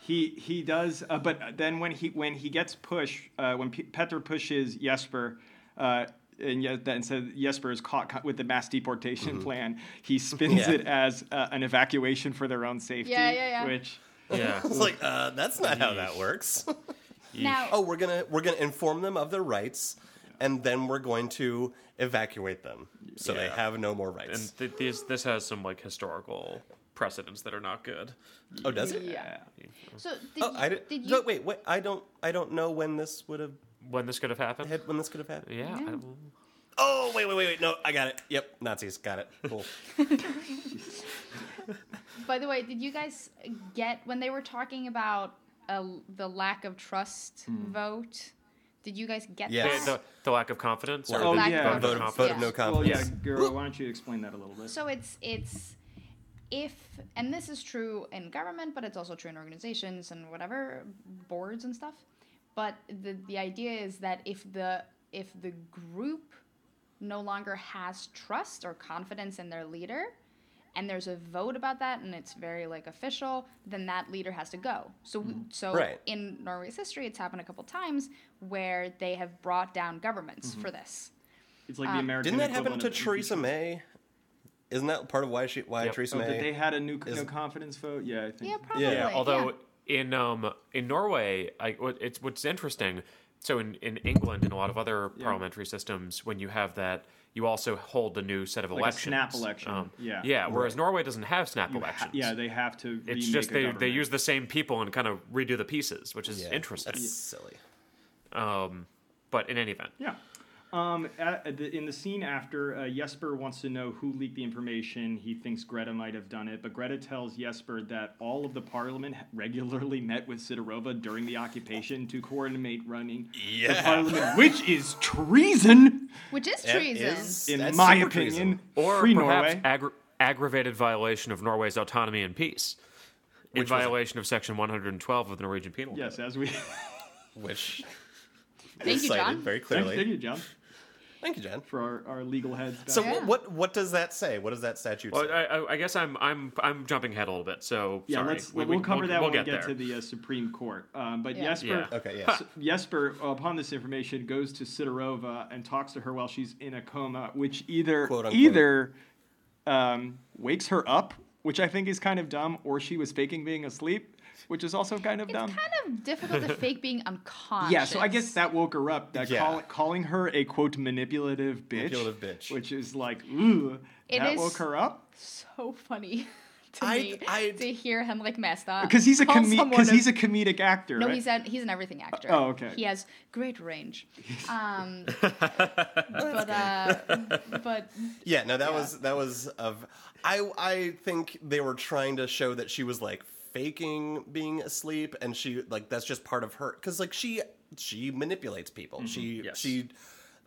Speaker 1: He he does, uh, but then when he when he gets push, uh, when P- Petter pushes Jesper, uh, and yet then said Jesper is caught co- with the mass deportation plan. He spins
Speaker 3: Mm-hmm. Yeah.
Speaker 1: it as uh, an evacuation for their own safety,
Speaker 2: Yeah, yeah, yeah.
Speaker 1: which
Speaker 4: Yeah.
Speaker 3: It's like uh, that's not how that works.
Speaker 2: Now,
Speaker 3: oh, we're gonna we're gonna inform them of their rights, and then we're going to evacuate them so they
Speaker 4: Yeah.
Speaker 3: have no more rights.
Speaker 4: and th- these, this has some like historical precedents that are not good.
Speaker 3: oh, does it?
Speaker 1: uh,
Speaker 2: yeah. So did,
Speaker 3: Oh,
Speaker 2: you,
Speaker 3: I did,
Speaker 2: did you?
Speaker 3: no, wait, wait. I don't. I don't know when this would have.
Speaker 4: When this could have happened?
Speaker 3: When this could have happened.
Speaker 4: yeah. I-
Speaker 3: Oh, wait, wait, wait, wait. No, I got it. Yep, Nazis. Got it. Cool.
Speaker 2: By the way, did you guys get when they were talking about uh, the lack of trust
Speaker 1: Mm.
Speaker 2: vote? Did you guys get
Speaker 3: Yes.
Speaker 4: The,
Speaker 2: that?
Speaker 4: the, the lack of confidence.
Speaker 3: Lack
Speaker 4: or
Speaker 3: of
Speaker 1: Oh,
Speaker 4: the-
Speaker 1: yeah.
Speaker 4: of
Speaker 3: vote, of,
Speaker 4: confidence?
Speaker 3: vote of no
Speaker 2: Yeah.
Speaker 1: Well, yeah,
Speaker 3: confidence.
Speaker 1: Guru, why don't you explain that a little bit?
Speaker 2: So it's it's if and this is true in government, but it's also true in organizations and whatever boards and stuff. But the the idea is that if the if the group no longer has trust or confidence in their leader and there's a vote about that and it's very like official then that leader has to go so we so
Speaker 3: Mm-hmm. Right.
Speaker 2: in norway's history it's happened a couple times where they have brought down governments
Speaker 3: Mm-hmm.
Speaker 2: for this
Speaker 1: it's
Speaker 2: Uh,
Speaker 1: like the American.
Speaker 3: Didn't that happen
Speaker 1: equivalent
Speaker 3: to
Speaker 1: of-
Speaker 3: Theresa May? Isn't that part of why she why
Speaker 4: Yep.
Speaker 3: Theresa
Speaker 1: Oh,
Speaker 3: May?
Speaker 1: that they had a new no confidence vote. Yeah, I think.
Speaker 2: yeah probably
Speaker 3: Yeah,
Speaker 4: Although in um in Norway, I, what- it's what's interesting. So in, in England and a lot of other parliamentary systems, when you have that, you also hold a new set of
Speaker 1: a
Speaker 4: elections. Um,
Speaker 1: snap election, yeah.
Speaker 4: Yeah. Whereas Norway doesn't have snap
Speaker 1: Ha-
Speaker 4: elections.
Speaker 1: yeah, they have to.
Speaker 4: It's
Speaker 1: remake
Speaker 4: just
Speaker 1: a
Speaker 4: they, they
Speaker 1: government.
Speaker 4: use the same people and kind of redo the pieces, which is
Speaker 3: Yeah,
Speaker 4: interesting.
Speaker 3: That's silly.
Speaker 4: Um, but in any event,
Speaker 1: Yeah. Um, at, at the, in the scene after, uh, Jesper wants to know who leaked the information. He thinks Greta might have done it, but Greta tells Jesper that all of the parliament ha- regularly met with Sidorova during the occupation to coordinate running the
Speaker 3: Yeah.
Speaker 1: parliament, which is treason,
Speaker 2: which is
Speaker 3: That
Speaker 2: treason
Speaker 3: is-
Speaker 1: in
Speaker 3: that's
Speaker 1: my
Speaker 3: super
Speaker 1: opinion.
Speaker 3: treason.
Speaker 4: or
Speaker 1: Free
Speaker 4: perhaps
Speaker 1: Norway.
Speaker 4: aggra- aggravated violation of Norway's autonomy and peace, in
Speaker 3: was-
Speaker 4: violation of Section 112 of the Norwegian Penal Code.
Speaker 1: yes, as we.
Speaker 3: Which
Speaker 2: thank
Speaker 3: is
Speaker 2: you
Speaker 3: cited
Speaker 2: john
Speaker 3: very
Speaker 1: Thank,
Speaker 3: clearly.
Speaker 1: thank you, John,
Speaker 3: Thank you, Jen.
Speaker 1: for our, our legal heads. back.
Speaker 3: So
Speaker 2: Yeah.
Speaker 3: what, what what does that say? What does that statute
Speaker 4: Well,
Speaker 3: say?
Speaker 4: I, I, I guess I'm I'm I'm jumping ahead a little bit. So
Speaker 1: yeah,
Speaker 4: sorry.
Speaker 1: let's we, will cover that when we get
Speaker 4: there.
Speaker 1: to the uh, Supreme Court. Um, but
Speaker 2: Yeah.
Speaker 1: Jesper,
Speaker 4: Yeah.
Speaker 3: okay, yeah.
Speaker 1: S- Jesper, upon this information, goes to Sidorova and talks to her while she's in a coma, which either
Speaker 3: Quote, unquote.
Speaker 1: either um, wakes her up, which I think is kind of dumb, or she was faking being asleep, which is also kind of
Speaker 2: It's
Speaker 1: dumb.
Speaker 2: kind of difficult to fake being unconscious.
Speaker 1: yeah, so I guess that woke her up. That
Speaker 3: Yeah.
Speaker 1: call, calling her a quote manipulative bitch,
Speaker 3: Manipulative bitch.
Speaker 1: which is like, ooh,
Speaker 2: It
Speaker 1: that
Speaker 2: is-
Speaker 1: woke her up.
Speaker 2: so funny to
Speaker 3: I-
Speaker 2: me
Speaker 3: I-
Speaker 2: to hear him like messed up
Speaker 1: Because he's a
Speaker 2: call
Speaker 1: because
Speaker 2: someone
Speaker 1: he's a comedic actor.
Speaker 2: no,
Speaker 1: right?
Speaker 2: he's an he's an everything actor.
Speaker 1: oh, okay.
Speaker 2: He has great range. Um, but uh, but
Speaker 3: Yeah, no, that was that was of. I I think they were trying to show that she was like faking being asleep, and she like that's just part of her because like she she manipulates people. She
Speaker 4: yes.
Speaker 3: she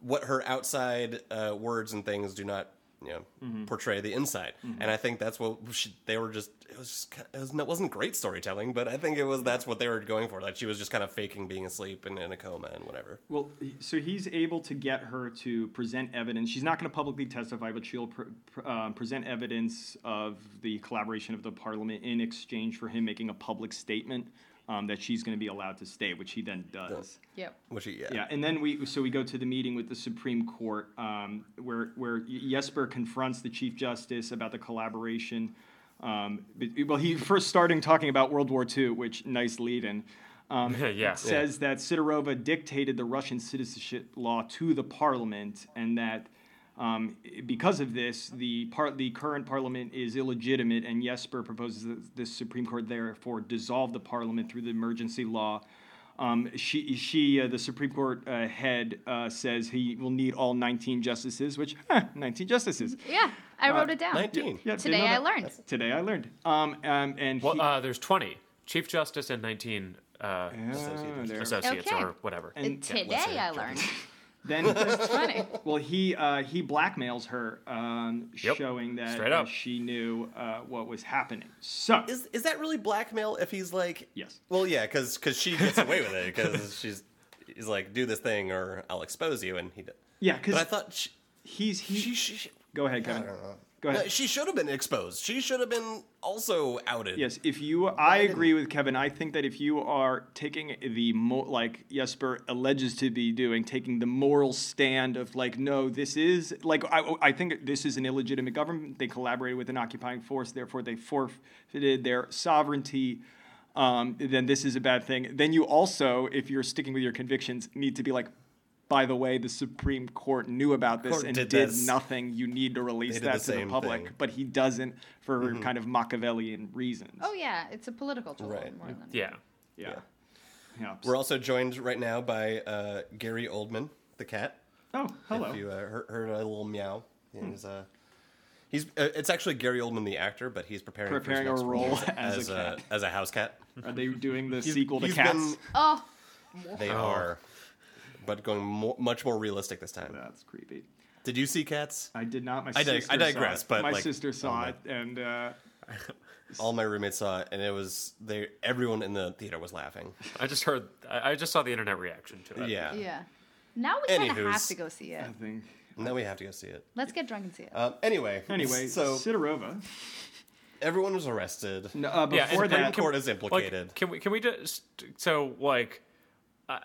Speaker 3: what her outside uh, words and things do not you know portray the inside, and I think that's what she, they were just. It was just kind of, it, was, it wasn't great storytelling, but I think it was that's what they were going for. Like she was just kind of faking being asleep and in a coma and whatever.
Speaker 1: Well, he- so he's able to get her to present evidence. She's not going to publicly testify, but she'll pr- pr- uh, present evidence of the collaboration of the parliament in exchange for him making a public statement um, that she's going to be allowed to stay, which he then does.
Speaker 2: yep.
Speaker 3: Which she, yeah.
Speaker 1: Yeah, and then we so we go to the meeting with the Supreme Court um, where where Jesper confronts the Chief Justice about the collaboration. Um, be- well, he first starting talking about World War II, which nice lead-in. Um,
Speaker 4: Yeah.
Speaker 1: says that Sidorova dictated the Russian citizenship law to the parliament, and that um, because of this, the par- the current parliament is illegitimate. And Jesper proposes that the Supreme Court therefore dissolve the parliament through the emergency law. Um, she, she, uh, the Supreme Court uh, head uh, says he will need all 19 justices, which huh, 19 justices.
Speaker 2: Yeah, I wrote it down.
Speaker 3: Nineteen.
Speaker 1: Yeah, didn't
Speaker 2: Today
Speaker 1: know
Speaker 2: I
Speaker 1: that.
Speaker 2: learned.
Speaker 1: Today I learned. Um, um, and
Speaker 4: Well,
Speaker 1: he-
Speaker 4: uh, there's 20 Chief Justice and 19 uh,
Speaker 1: Ah, there.
Speaker 4: associates
Speaker 2: Okay.
Speaker 4: or whatever.
Speaker 1: And-
Speaker 2: Today I learned.
Speaker 1: then
Speaker 2: Funny.
Speaker 1: Well, he uh, he blackmails her, um,
Speaker 4: Yep.
Speaker 1: showing that
Speaker 4: Straight
Speaker 1: uh,
Speaker 4: up.
Speaker 1: she knew uh, what was happening. So
Speaker 3: is is that really blackmail if he's like
Speaker 1: Yes.
Speaker 3: well yeah because she gets away with it because she's he's like do this thing or i'll expose you and he did
Speaker 1: yeah,
Speaker 3: but i
Speaker 1: because
Speaker 3: thought she
Speaker 1: he's he.
Speaker 3: she, she, she
Speaker 1: go ahead,
Speaker 3: I
Speaker 1: Kevin.
Speaker 3: don't know.
Speaker 1: Go ahead.
Speaker 3: No, she should have been exposed she should have been also outed
Speaker 1: Yes, if you, I agree with Kevin. I think that if you are taking the mo- like Jesper alleges to be doing, taking the moral stand of like, no, this is like, I, I think this is an illegitimate government. They collaborated with an occupying force, therefore they forfeited their sovereignty. um, then this is a bad thing. Then you also, if you're sticking with your convictions, need to be like, by the way, the Supreme Court knew about this
Speaker 3: Court
Speaker 1: and
Speaker 3: did
Speaker 1: did,
Speaker 3: this.
Speaker 1: nothing. You need to release
Speaker 3: They did
Speaker 1: that
Speaker 3: the
Speaker 1: to the
Speaker 3: same
Speaker 1: public,
Speaker 3: thing.
Speaker 1: but he doesn't for kind of Machiavellian reasons.
Speaker 2: Oh yeah, it's a political tool
Speaker 3: Right.
Speaker 2: more than
Speaker 4: Yeah.
Speaker 1: yeah. yeah.
Speaker 3: We're also joined right now by uh, Gary Oldman, the cat.
Speaker 1: oh, hello.
Speaker 3: If you uh, heard, heard a little meow, he's uh, he's uh, it's actually Gary Oldman, the actor, but he's preparing for his
Speaker 1: Preparing a
Speaker 3: next
Speaker 1: role
Speaker 3: role
Speaker 1: as a cat.
Speaker 3: as a house cat.
Speaker 1: Are they doing the sequel to
Speaker 3: you've
Speaker 1: Cats?
Speaker 2: Oh,
Speaker 3: been- they are, but going mo much more realistic this time.
Speaker 1: That's creepy.
Speaker 3: Did you see Cats?
Speaker 1: I did not. My
Speaker 3: I dig- I
Speaker 1: sister
Speaker 3: digress,
Speaker 1: Saw it.
Speaker 3: but,
Speaker 1: my
Speaker 3: like,
Speaker 1: sister saw
Speaker 3: oh,
Speaker 1: it, and uh,
Speaker 3: All my roommates saw it, and it was they. Everyone in the theater was laughing.
Speaker 4: I just heard. I, I just saw the internet reaction to it.
Speaker 3: Yeah.
Speaker 2: yeah. Now we kind of have
Speaker 3: Anywho's.
Speaker 2: to go see it.
Speaker 1: I think.
Speaker 3: Now we have to go see it.
Speaker 2: Let's get drunk and see it.
Speaker 3: Um, anyway.
Speaker 1: Anyway,
Speaker 3: so
Speaker 1: Sidorova.
Speaker 3: everyone was arrested.
Speaker 1: No, uh,
Speaker 4: Yeah,
Speaker 1: before
Speaker 4: and-
Speaker 1: that,
Speaker 4: can-
Speaker 3: court is
Speaker 4: like,
Speaker 3: implicated.
Speaker 4: can we? Can we just? So like, uh,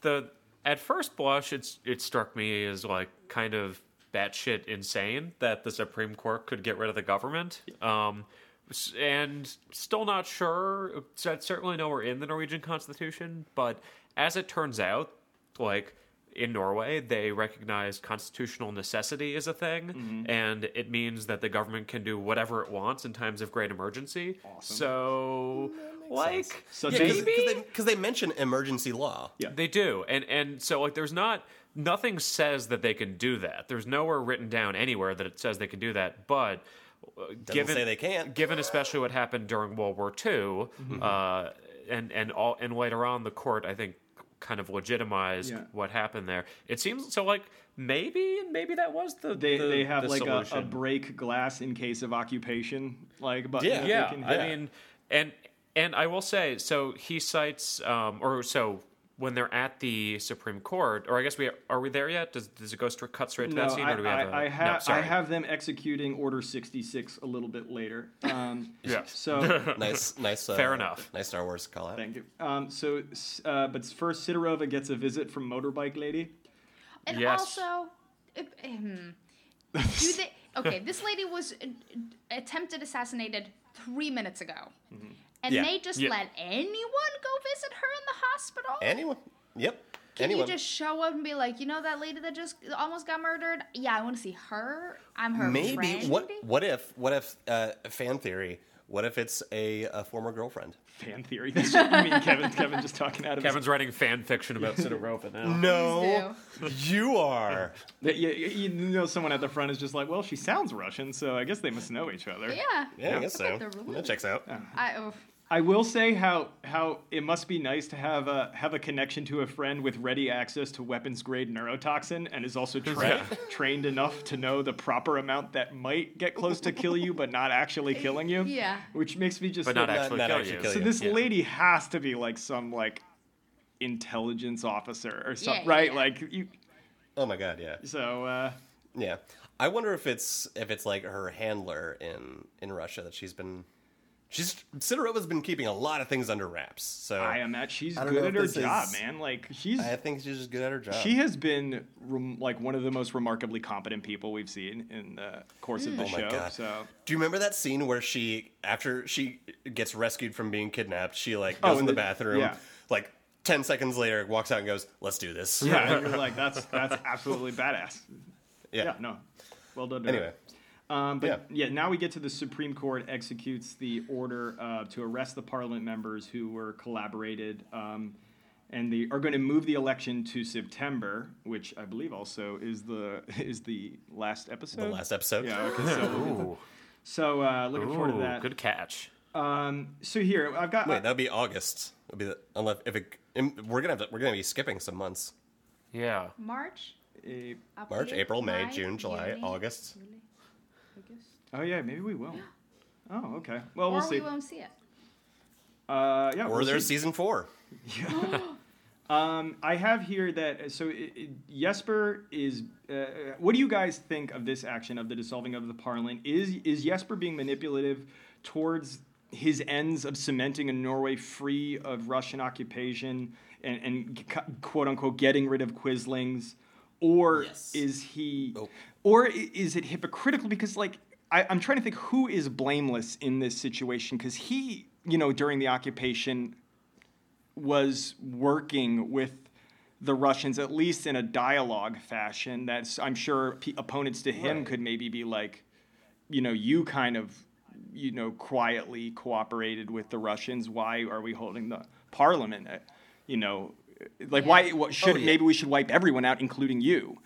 Speaker 4: the at first blush, it's it struck me as like kind of batshit insane that the Supreme Court could get rid of the government. Um, s- and still not sure. So it's certainly nowhere in the Norwegian Constitution, but as it turns out, like in Norway, they recognize constitutional necessity as a thing,
Speaker 1: Mm-hmm.
Speaker 4: and it means that the government can do whatever it wants in times of great emergency. So, like,
Speaker 1: So
Speaker 3: Yeah,
Speaker 1: they-
Speaker 3: because
Speaker 4: maybe
Speaker 3: they, 'cause they mention emergency law.
Speaker 1: Yeah.
Speaker 4: they do, and and so like, there's not nothing says that they can do that. There's nowhere written down anywhere that it says they can do that, but. uh, given,
Speaker 3: say they can't.
Speaker 4: Given especially what happened during World War II,
Speaker 1: Mm-hmm.
Speaker 4: uh, and and all and later on, the court I think kind of legitimized
Speaker 1: Yeah.
Speaker 4: what happened there. It seems so like maybe maybe that was the
Speaker 1: they,
Speaker 4: the-
Speaker 1: they have
Speaker 4: the
Speaker 1: like a, a
Speaker 4: solution.
Speaker 1: break glass in case of occupation, like but
Speaker 3: Yeah.
Speaker 1: they
Speaker 4: yeah,
Speaker 1: can
Speaker 4: I
Speaker 1: hit.
Speaker 4: mean, and and I will say, so he cites, um, or so when they're at the Supreme Court, or I guess we are we there yet? Does does it go straight cut straight to
Speaker 1: No,
Speaker 4: that scene,
Speaker 1: I,
Speaker 4: or do we have? a
Speaker 1: I- I
Speaker 4: no,
Speaker 1: have I
Speaker 4: sorry.
Speaker 1: have them executing Order sixty six a little bit later. Um,
Speaker 4: Yeah.
Speaker 1: So
Speaker 3: Nice, nice. Uh,
Speaker 4: Fair enough.
Speaker 3: Nice Star Wars call out.
Speaker 1: thank you. Um, so s- uh, but first, Sidorova gets a visit from motorbike lady.
Speaker 2: And
Speaker 4: Yes.
Speaker 2: also, it- hmm, do they? Okay, this lady was uh, attempted assassinated three minutes ago, and
Speaker 3: Mm-hmm. Yeah.
Speaker 2: they just
Speaker 4: Yeah.
Speaker 2: let anyone go visit her in the hospital.
Speaker 3: Anyone? Yep.
Speaker 2: Can
Speaker 3: anyone?
Speaker 2: you just show up and be like, you know, that lady that just almost got murdered? Yeah, I want to see her. I'm her
Speaker 3: Maybe.
Speaker 2: friend.
Speaker 3: What? What if? What if? Uh, fan theory. What if it's a, a former girlfriend?
Speaker 1: Fan theory. That's what I mean, Kevin. Kevin just talking out of his
Speaker 4: Kevin's writing fan fiction about Sidorova now.
Speaker 3: No, you are.
Speaker 1: That you, you know, someone at the front is just like, well, she sounds Russian, so I guess they must know each other.
Speaker 2: Yeah.
Speaker 3: Yeah, I guess
Speaker 2: Look
Speaker 3: so.
Speaker 2: at the
Speaker 3: That checks out.
Speaker 2: I, oh,
Speaker 1: I will say how how it must be nice to have a have a connection to a friend with ready access to weapons grade neurotoxin and is also tra-
Speaker 4: Yeah.
Speaker 1: trained enough to know the proper amount that might get close to kill you, but not actually killing you.
Speaker 2: Yeah.
Speaker 1: Which makes me just
Speaker 4: But not
Speaker 1: think-
Speaker 4: actually
Speaker 3: not
Speaker 4: kill
Speaker 3: actually
Speaker 4: you.
Speaker 3: kill
Speaker 1: so
Speaker 3: you.
Speaker 1: this
Speaker 4: yeah.
Speaker 1: lady has to be like some like intelligence officer or
Speaker 2: Yeah,
Speaker 1: something,
Speaker 2: yeah,
Speaker 1: right?
Speaker 2: yeah.
Speaker 1: Like you.
Speaker 3: Oh my god. Yeah.
Speaker 1: So uh,
Speaker 3: Yeah. I wonder if it's if it's like her handler in in Russia that she's been. She's Sidorova's been keeping a lot of things under wraps. So
Speaker 1: I am at. She's
Speaker 3: I don't
Speaker 1: good
Speaker 3: know if
Speaker 1: at her
Speaker 3: this
Speaker 1: job,
Speaker 3: is-
Speaker 1: man. Like she's
Speaker 3: I uh, think she's just good at her job.
Speaker 1: She has been rem- like one of the most remarkably competent people we've seen in the course of the
Speaker 3: Oh my
Speaker 1: show.
Speaker 3: God.
Speaker 1: So
Speaker 3: Do you remember that scene where she, after she gets rescued from being kidnapped, she like goes
Speaker 1: Oh,
Speaker 3: in the
Speaker 1: the-
Speaker 3: bathroom,
Speaker 1: yeah.
Speaker 3: like ten seconds later, walks out and goes, "Let's do this."
Speaker 1: yeah, and you're like that's that's absolutely badass.
Speaker 3: yeah.
Speaker 1: Yeah, no, well done. to her.
Speaker 3: Anyway,
Speaker 1: um, but yeah. now we get to the Supreme Court executes the order uh, to arrest the Parliament members who were collaborated, um, and they are going to move the election to September, which I believe also is the is the last episode.
Speaker 3: the last episode.
Speaker 1: Yeah. Okay. So, we'll get the- so uh, looking forward to
Speaker 4: Ooh,
Speaker 1: that.
Speaker 4: good catch.
Speaker 1: Um, so here I've got.
Speaker 3: Wait, that'd be August. It'd be the, unless if it, im- we're gonna have to, we're gonna be skipping some months:
Speaker 4: Yeah.
Speaker 2: March.
Speaker 1: a-
Speaker 3: March, April, May, June, July,
Speaker 2: June,
Speaker 3: August.
Speaker 2: July, August.
Speaker 1: Oh yeah, maybe we will. Oh okay. Well,
Speaker 2: Or
Speaker 1: we'll see.
Speaker 2: we won't see it.
Speaker 1: Uh, yeah.
Speaker 3: or
Speaker 1: we'll
Speaker 3: there's
Speaker 1: see.
Speaker 3: season four.
Speaker 1: Um, I have here that so it, it, Jesper is. Uh, what do you guys think of this action of the dissolving of the Parliament? Is is Jesper being manipulative towards his ends of cementing a Norway free of Russian occupation and, and cu- quote unquote getting rid of Quislings, or
Speaker 3: Yes.
Speaker 1: is he,
Speaker 3: Oh.
Speaker 1: or i- is it hypocritical? Because like I, I'm trying to think who is blameless in this situation because he you know, during the occupation was working with the Russians, at least in a dialogue fashion. That's I'm sure p- opponents to him could maybe be like, you know, you kind of, you know, quietly cooperated with the Russians. Why are we holding the parliament? Uh, You know, like why? What should
Speaker 3: yeah.
Speaker 1: maybe we should wipe everyone out, including you?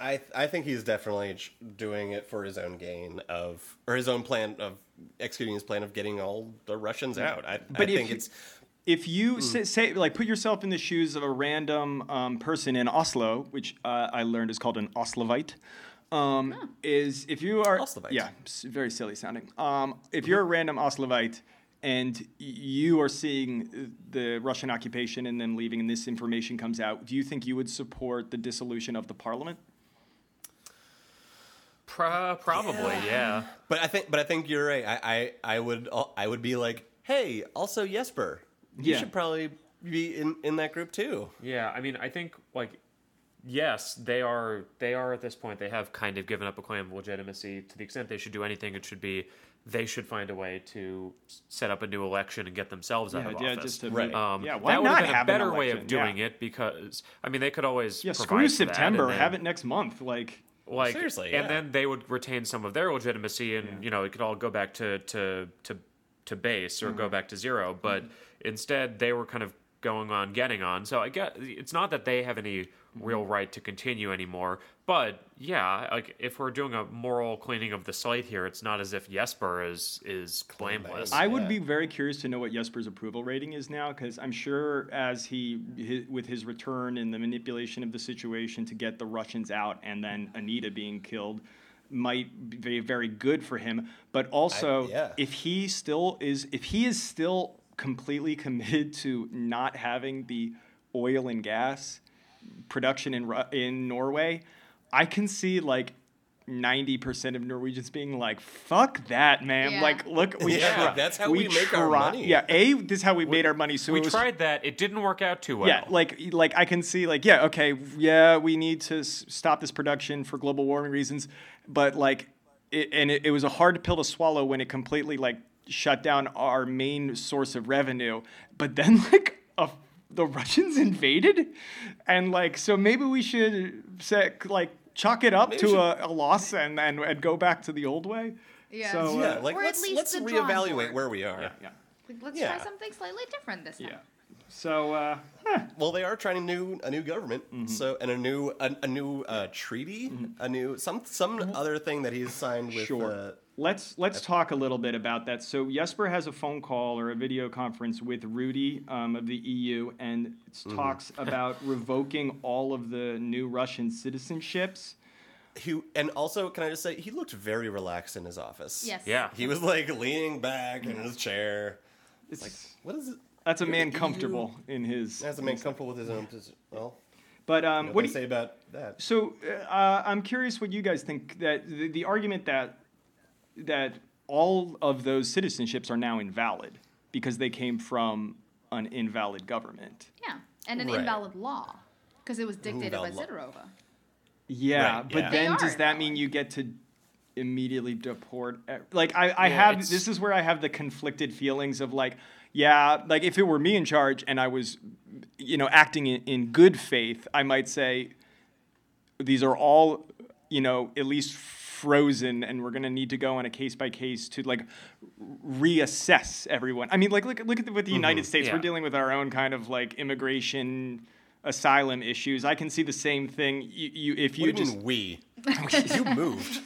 Speaker 3: I I think he's definitely ch- doing it for his own gain of or his own plan of executing his plan of getting all the Russians out. I, I
Speaker 1: But if
Speaker 3: think
Speaker 1: you-
Speaker 3: it's
Speaker 1: if you
Speaker 4: Hmm.
Speaker 1: say, say like put yourself in the shoes of a random um, person in Oslo, which uh, I learned is called an Oslovite, um, is if you are
Speaker 3: Oslovite.
Speaker 1: yeah, s- very silly sounding. Um, if
Speaker 4: Mm-hmm.
Speaker 1: you're a random Oslovite and y- you are seeing the Russian occupation and them leaving, and this information comes out, do you think you would support the dissolution of the parliament?
Speaker 4: Pro- probably, yeah.
Speaker 3: but I think but I think you're right. I I, I would al- I would be like, hey, also Jesper, you
Speaker 1: Yeah.
Speaker 3: should probably be in in that group too.
Speaker 4: Yeah, I mean, I think like yes, they are they are at this point they have kind of given up a claim of legitimacy to the extent they should do anything it should be they should find a way to s- set up a new election and get themselves out of
Speaker 1: yeah,
Speaker 4: office.
Speaker 1: just to
Speaker 3: Right.
Speaker 4: um,
Speaker 1: yeah, why
Speaker 4: that would
Speaker 1: not
Speaker 4: have been a
Speaker 1: have an
Speaker 4: better way of
Speaker 1: election? Yeah.
Speaker 4: doing it because I mean they could always
Speaker 1: Yeah,
Speaker 4: provide
Speaker 1: screw
Speaker 4: for that and
Speaker 1: September.
Speaker 4: then-
Speaker 1: Have it next month. Like,
Speaker 4: like
Speaker 3: Seriously,
Speaker 4: and
Speaker 3: yeah.
Speaker 4: then they would retain some of their legitimacy and you know it could all go back to to to to base or go back to zero but instead they were kind of going on getting on so i get it's not that they have any real right to continue anymore but yeah like if we're doing a moral cleaning of the slate here it's not as if jesper is is blameless
Speaker 1: I would
Speaker 3: Yeah.
Speaker 1: be very curious to know what Jesper's approval rating is now, because I'm sure as he hi with his return and the manipulation of the situation to get the Russians out, and then Anita being killed, might be very good for him. But also,
Speaker 3: yeah.
Speaker 1: if he still is, if he is still completely committed to not having the oil and gas production in Ru- in Norway, I can see like. 90% of Norwegians being like, fuck that, man.
Speaker 2: Yeah.
Speaker 1: Like, look, we
Speaker 3: Yeah,
Speaker 1: try-
Speaker 3: that's how we make our
Speaker 1: try-
Speaker 3: money.
Speaker 1: Yeah, a this is how we, made our money. So
Speaker 4: we
Speaker 1: it was,
Speaker 4: tried that it didn't work out too well
Speaker 1: Yeah, like like I can see like yeah okay yeah we need to s- stop this production for global warming reasons, but like it, and it, it was a hard pill to swallow when it completely like shut down our main source of revenue. But then like a, the Russians invaded, and like so maybe we should set like chalk it up
Speaker 3: we
Speaker 1: to a, a loss and, and and go back to the old way.
Speaker 2: Yeah.
Speaker 1: So, uh,
Speaker 3: Yeah, like
Speaker 2: Or at
Speaker 3: let's
Speaker 2: least
Speaker 3: let's
Speaker 2: the drawing
Speaker 3: reevaluate
Speaker 2: board.
Speaker 3: where we are.
Speaker 1: yeah.
Speaker 2: Like, let's
Speaker 3: Yeah.
Speaker 2: try something slightly different this time.
Speaker 1: Yeah. So uh, huh.
Speaker 3: Well, they are trying a new a new government,
Speaker 1: Mm-hmm.
Speaker 3: so and a new a, a new uh, treaty, a new some some other thing that he's signed with.
Speaker 1: Mm-hmm. Sure.
Speaker 3: Uh,
Speaker 1: let's let's talk a little bit about that. So Jesper has a phone call or a video conference with Rudy um, of the EU, and it's
Speaker 3: Mm-hmm.
Speaker 1: talks about revoking all of the new Russian citizenships.
Speaker 3: who and also can I just say he looked very relaxed in his office.
Speaker 2: Yes.
Speaker 4: yeah
Speaker 3: He was like leaning back in his chair.
Speaker 1: It's,
Speaker 3: What is it?
Speaker 1: that's a
Speaker 3: You're
Speaker 1: man
Speaker 3: the EU.
Speaker 1: comfortable in his.
Speaker 3: That's a man comfortable with his own position. Well,
Speaker 1: But um,
Speaker 3: what
Speaker 1: what
Speaker 3: do
Speaker 1: do
Speaker 3: you say about that?
Speaker 1: So uh, I'm curious what you guys think that the, the argument that that all of those citizenships are now invalid because they came from an invalid government.
Speaker 2: Yeah. And an
Speaker 3: Right.
Speaker 2: invalid law because it was dictated by
Speaker 3: Invalid law.
Speaker 2: Zidorova.
Speaker 1: Yeah,
Speaker 3: Right,
Speaker 1: but
Speaker 3: yeah.
Speaker 2: They
Speaker 1: then
Speaker 2: are
Speaker 1: does that mean
Speaker 2: invalid.
Speaker 1: you get to immediately deport? e- Like I, I
Speaker 4: Yeah,
Speaker 1: have
Speaker 4: it's-
Speaker 1: this is where I have the conflicted feelings of like, yeah, like if it were me in charge and I was, you know, acting in, in good faith, I might say these are all, you know, at least frozen, and we're gonna need to go on a case by case to like reassess everyone. I mean, like look look at the, with the United States,
Speaker 4: Mm-hmm. Yeah.
Speaker 1: we're dealing with our own kind of like immigration. Asylum issues. I can see the same thing. You, you if you
Speaker 3: What do you
Speaker 1: just
Speaker 3: mean we? you moved.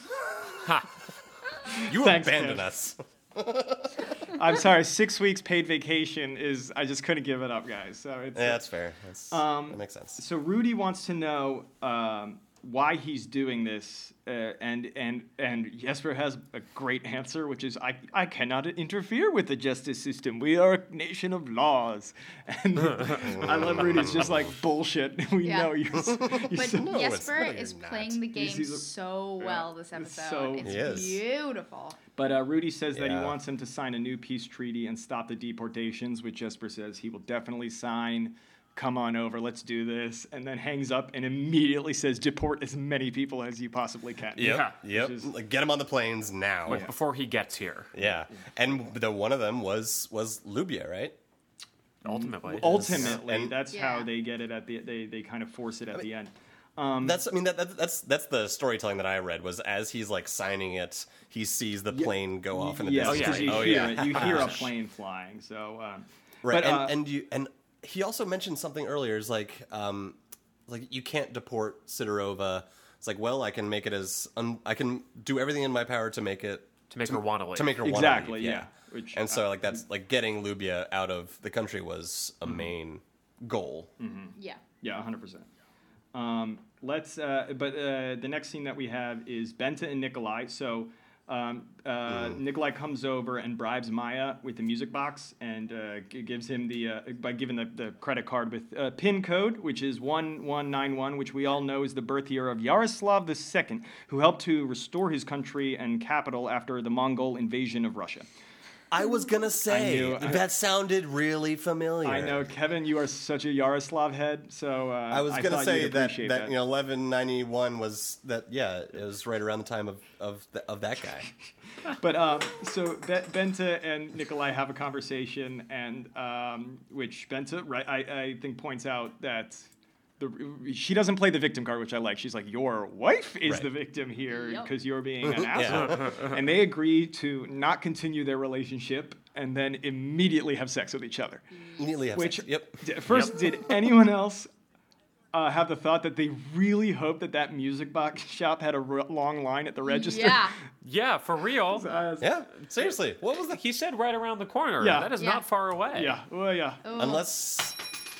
Speaker 3: you
Speaker 1: Thanks,
Speaker 3: abandoned
Speaker 1: Jeff.
Speaker 3: us.
Speaker 1: I'm sorry, six weeks paid vacation is I just couldn't give it up, guys. So it's
Speaker 3: Yeah, that's fair. That's,
Speaker 1: Um,
Speaker 3: that makes sense.
Speaker 1: so Rudy wants to know um, why he's doing this, uh, and and and Jesper has a great answer, which is I I cannot interfere with the justice system. We are a nation of laws, and I love Rudy's just like bullshit. We
Speaker 2: Yeah.
Speaker 1: know you're. s- you're
Speaker 2: But
Speaker 1: so-
Speaker 3: no, it's-
Speaker 2: Jesper
Speaker 3: no, you're
Speaker 2: is
Speaker 3: not.
Speaker 2: playing the game
Speaker 1: see the-
Speaker 2: so well this
Speaker 1: It's
Speaker 2: episode.
Speaker 1: so-
Speaker 2: it's
Speaker 3: He is.
Speaker 2: beautiful.
Speaker 1: But uh, Rudy says that
Speaker 3: Yeah.
Speaker 1: he wants him to sign a new peace treaty and stop the deportations, which Jesper says he will definitely sign. come on over, let's do this, and then hangs up and immediately says, deport as many people as you possibly can.
Speaker 3: Yep.
Speaker 4: Yeah,
Speaker 3: Yep.
Speaker 1: which is-
Speaker 3: Like, get them on the planes now.
Speaker 4: Like before he gets here,
Speaker 3: Yeah. And the one of them was was Lubia, right?
Speaker 4: ultimately.
Speaker 1: Ultimately,
Speaker 3: And-
Speaker 1: that's how
Speaker 2: Yeah.
Speaker 1: they get it at the they they kind of force it at the end.
Speaker 3: that's I mean that, that that's that's the storytelling that I read was as he's like signing it, he sees the plane go off in the
Speaker 1: Yes,
Speaker 3: distance.
Speaker 1: because
Speaker 4: yeah.
Speaker 1: you
Speaker 3: Oh,
Speaker 1: hear
Speaker 3: yeah.
Speaker 1: it. You hear a plane flying. So, um,
Speaker 3: Right.
Speaker 1: but,
Speaker 3: and
Speaker 1: uh,
Speaker 3: and you and he also mentioned something earlier. It's like um like you can't deport Sidorova. It's like, well, I can make it as un- I can do everything in my power to make it
Speaker 4: To make her wanna leave.
Speaker 3: To make her wanna
Speaker 1: Exactly,
Speaker 3: leave,
Speaker 1: yeah.
Speaker 3: yeah.
Speaker 1: Which,
Speaker 3: and
Speaker 1: uh,
Speaker 3: so like that's like getting Lubia out of the country was
Speaker 1: Mm.
Speaker 3: a main goal.
Speaker 2: Yeah.
Speaker 1: Yeah, hundred percent. Um, let's. Uh, but uh, the next scene that we have is Benta and Nikolai. So um, uh,
Speaker 3: Mm.
Speaker 1: Nikolai comes over and bribes Maya with the music box and uh, g- gives him the uh, by giving the, the credit card with uh, pin code, which is one one nine one, which we all know is the birth year of Yaroslav II, who helped to restore his country and capital after the Mongol invasion of Russia.
Speaker 3: I was gonna say
Speaker 1: knew- I-
Speaker 3: that sounded really familiar.
Speaker 1: I know, Kevin, you are such a Yaroslav head. So uh,
Speaker 3: I was gonna
Speaker 1: thought
Speaker 3: say
Speaker 1: you'd
Speaker 3: that, that
Speaker 1: appreciate
Speaker 3: you know eleven ninety one was that yeah it was right around the time of of the, of that guy.
Speaker 1: But um, so Be- Benta and Nikolai have a conversation, and um, which Benta, right, I, I think points out that the she doesn't play the victim card, which I like. She's like, "Your wife is
Speaker 3: Right.
Speaker 1: the victim here
Speaker 2: Yep.
Speaker 1: because you're being an asshole," and they agree to not continue their relationship and then immediately have sex with each other.
Speaker 3: Immediately have
Speaker 1: Which
Speaker 3: sex. yep
Speaker 1: d- first, did anyone else? Uh, have the thought that they really hope that that music box shop had a r- long line at the register.
Speaker 2: Yeah.
Speaker 4: Yeah, for real.
Speaker 1: Uh,
Speaker 3: yeah seriously what was the
Speaker 4: he said right around the corner.
Speaker 1: Yeah.
Speaker 4: That is
Speaker 2: Yeah.
Speaker 4: not far away.
Speaker 1: yeah. Well, yeah.
Speaker 2: Ooh.
Speaker 3: unless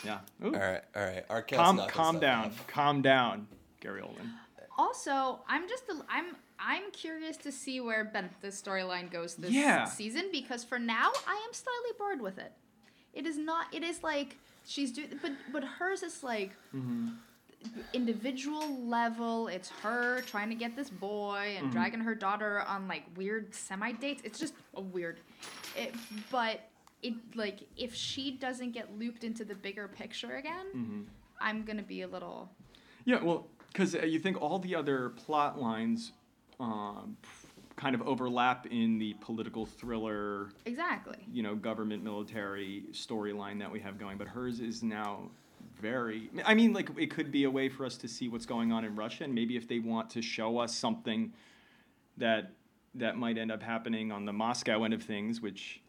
Speaker 1: Yeah. Ooh.
Speaker 3: all right all right our cat's
Speaker 1: Calm,
Speaker 3: knocking
Speaker 1: calm
Speaker 3: stuff
Speaker 1: down.
Speaker 3: off.
Speaker 1: Calm down, Gary Oldman.
Speaker 2: Also, I'm just a, I'm I'm curious to see where Ben this storyline goes this
Speaker 1: Yeah.
Speaker 2: season because for now I am slightly bored with it. It is not. It is like she's doing, but but hers is like. Individual level, it's her trying to get this boy and dragging her daughter on like weird semi dates. It's just a weird, it, but it like if she doesn't get looped into the bigger picture again, I'm gonna be a little
Speaker 1: Yeah, well, because uh, you think all the other plot lines um, kind of overlap in the political thriller,
Speaker 2: exactly.
Speaker 1: you know, government military storyline that we have going, but hers is now very. I mean, like, it could be a way for us to see what's going on in Russia, and maybe if they want to show us something that that might end up happening on the Moscow end of things, which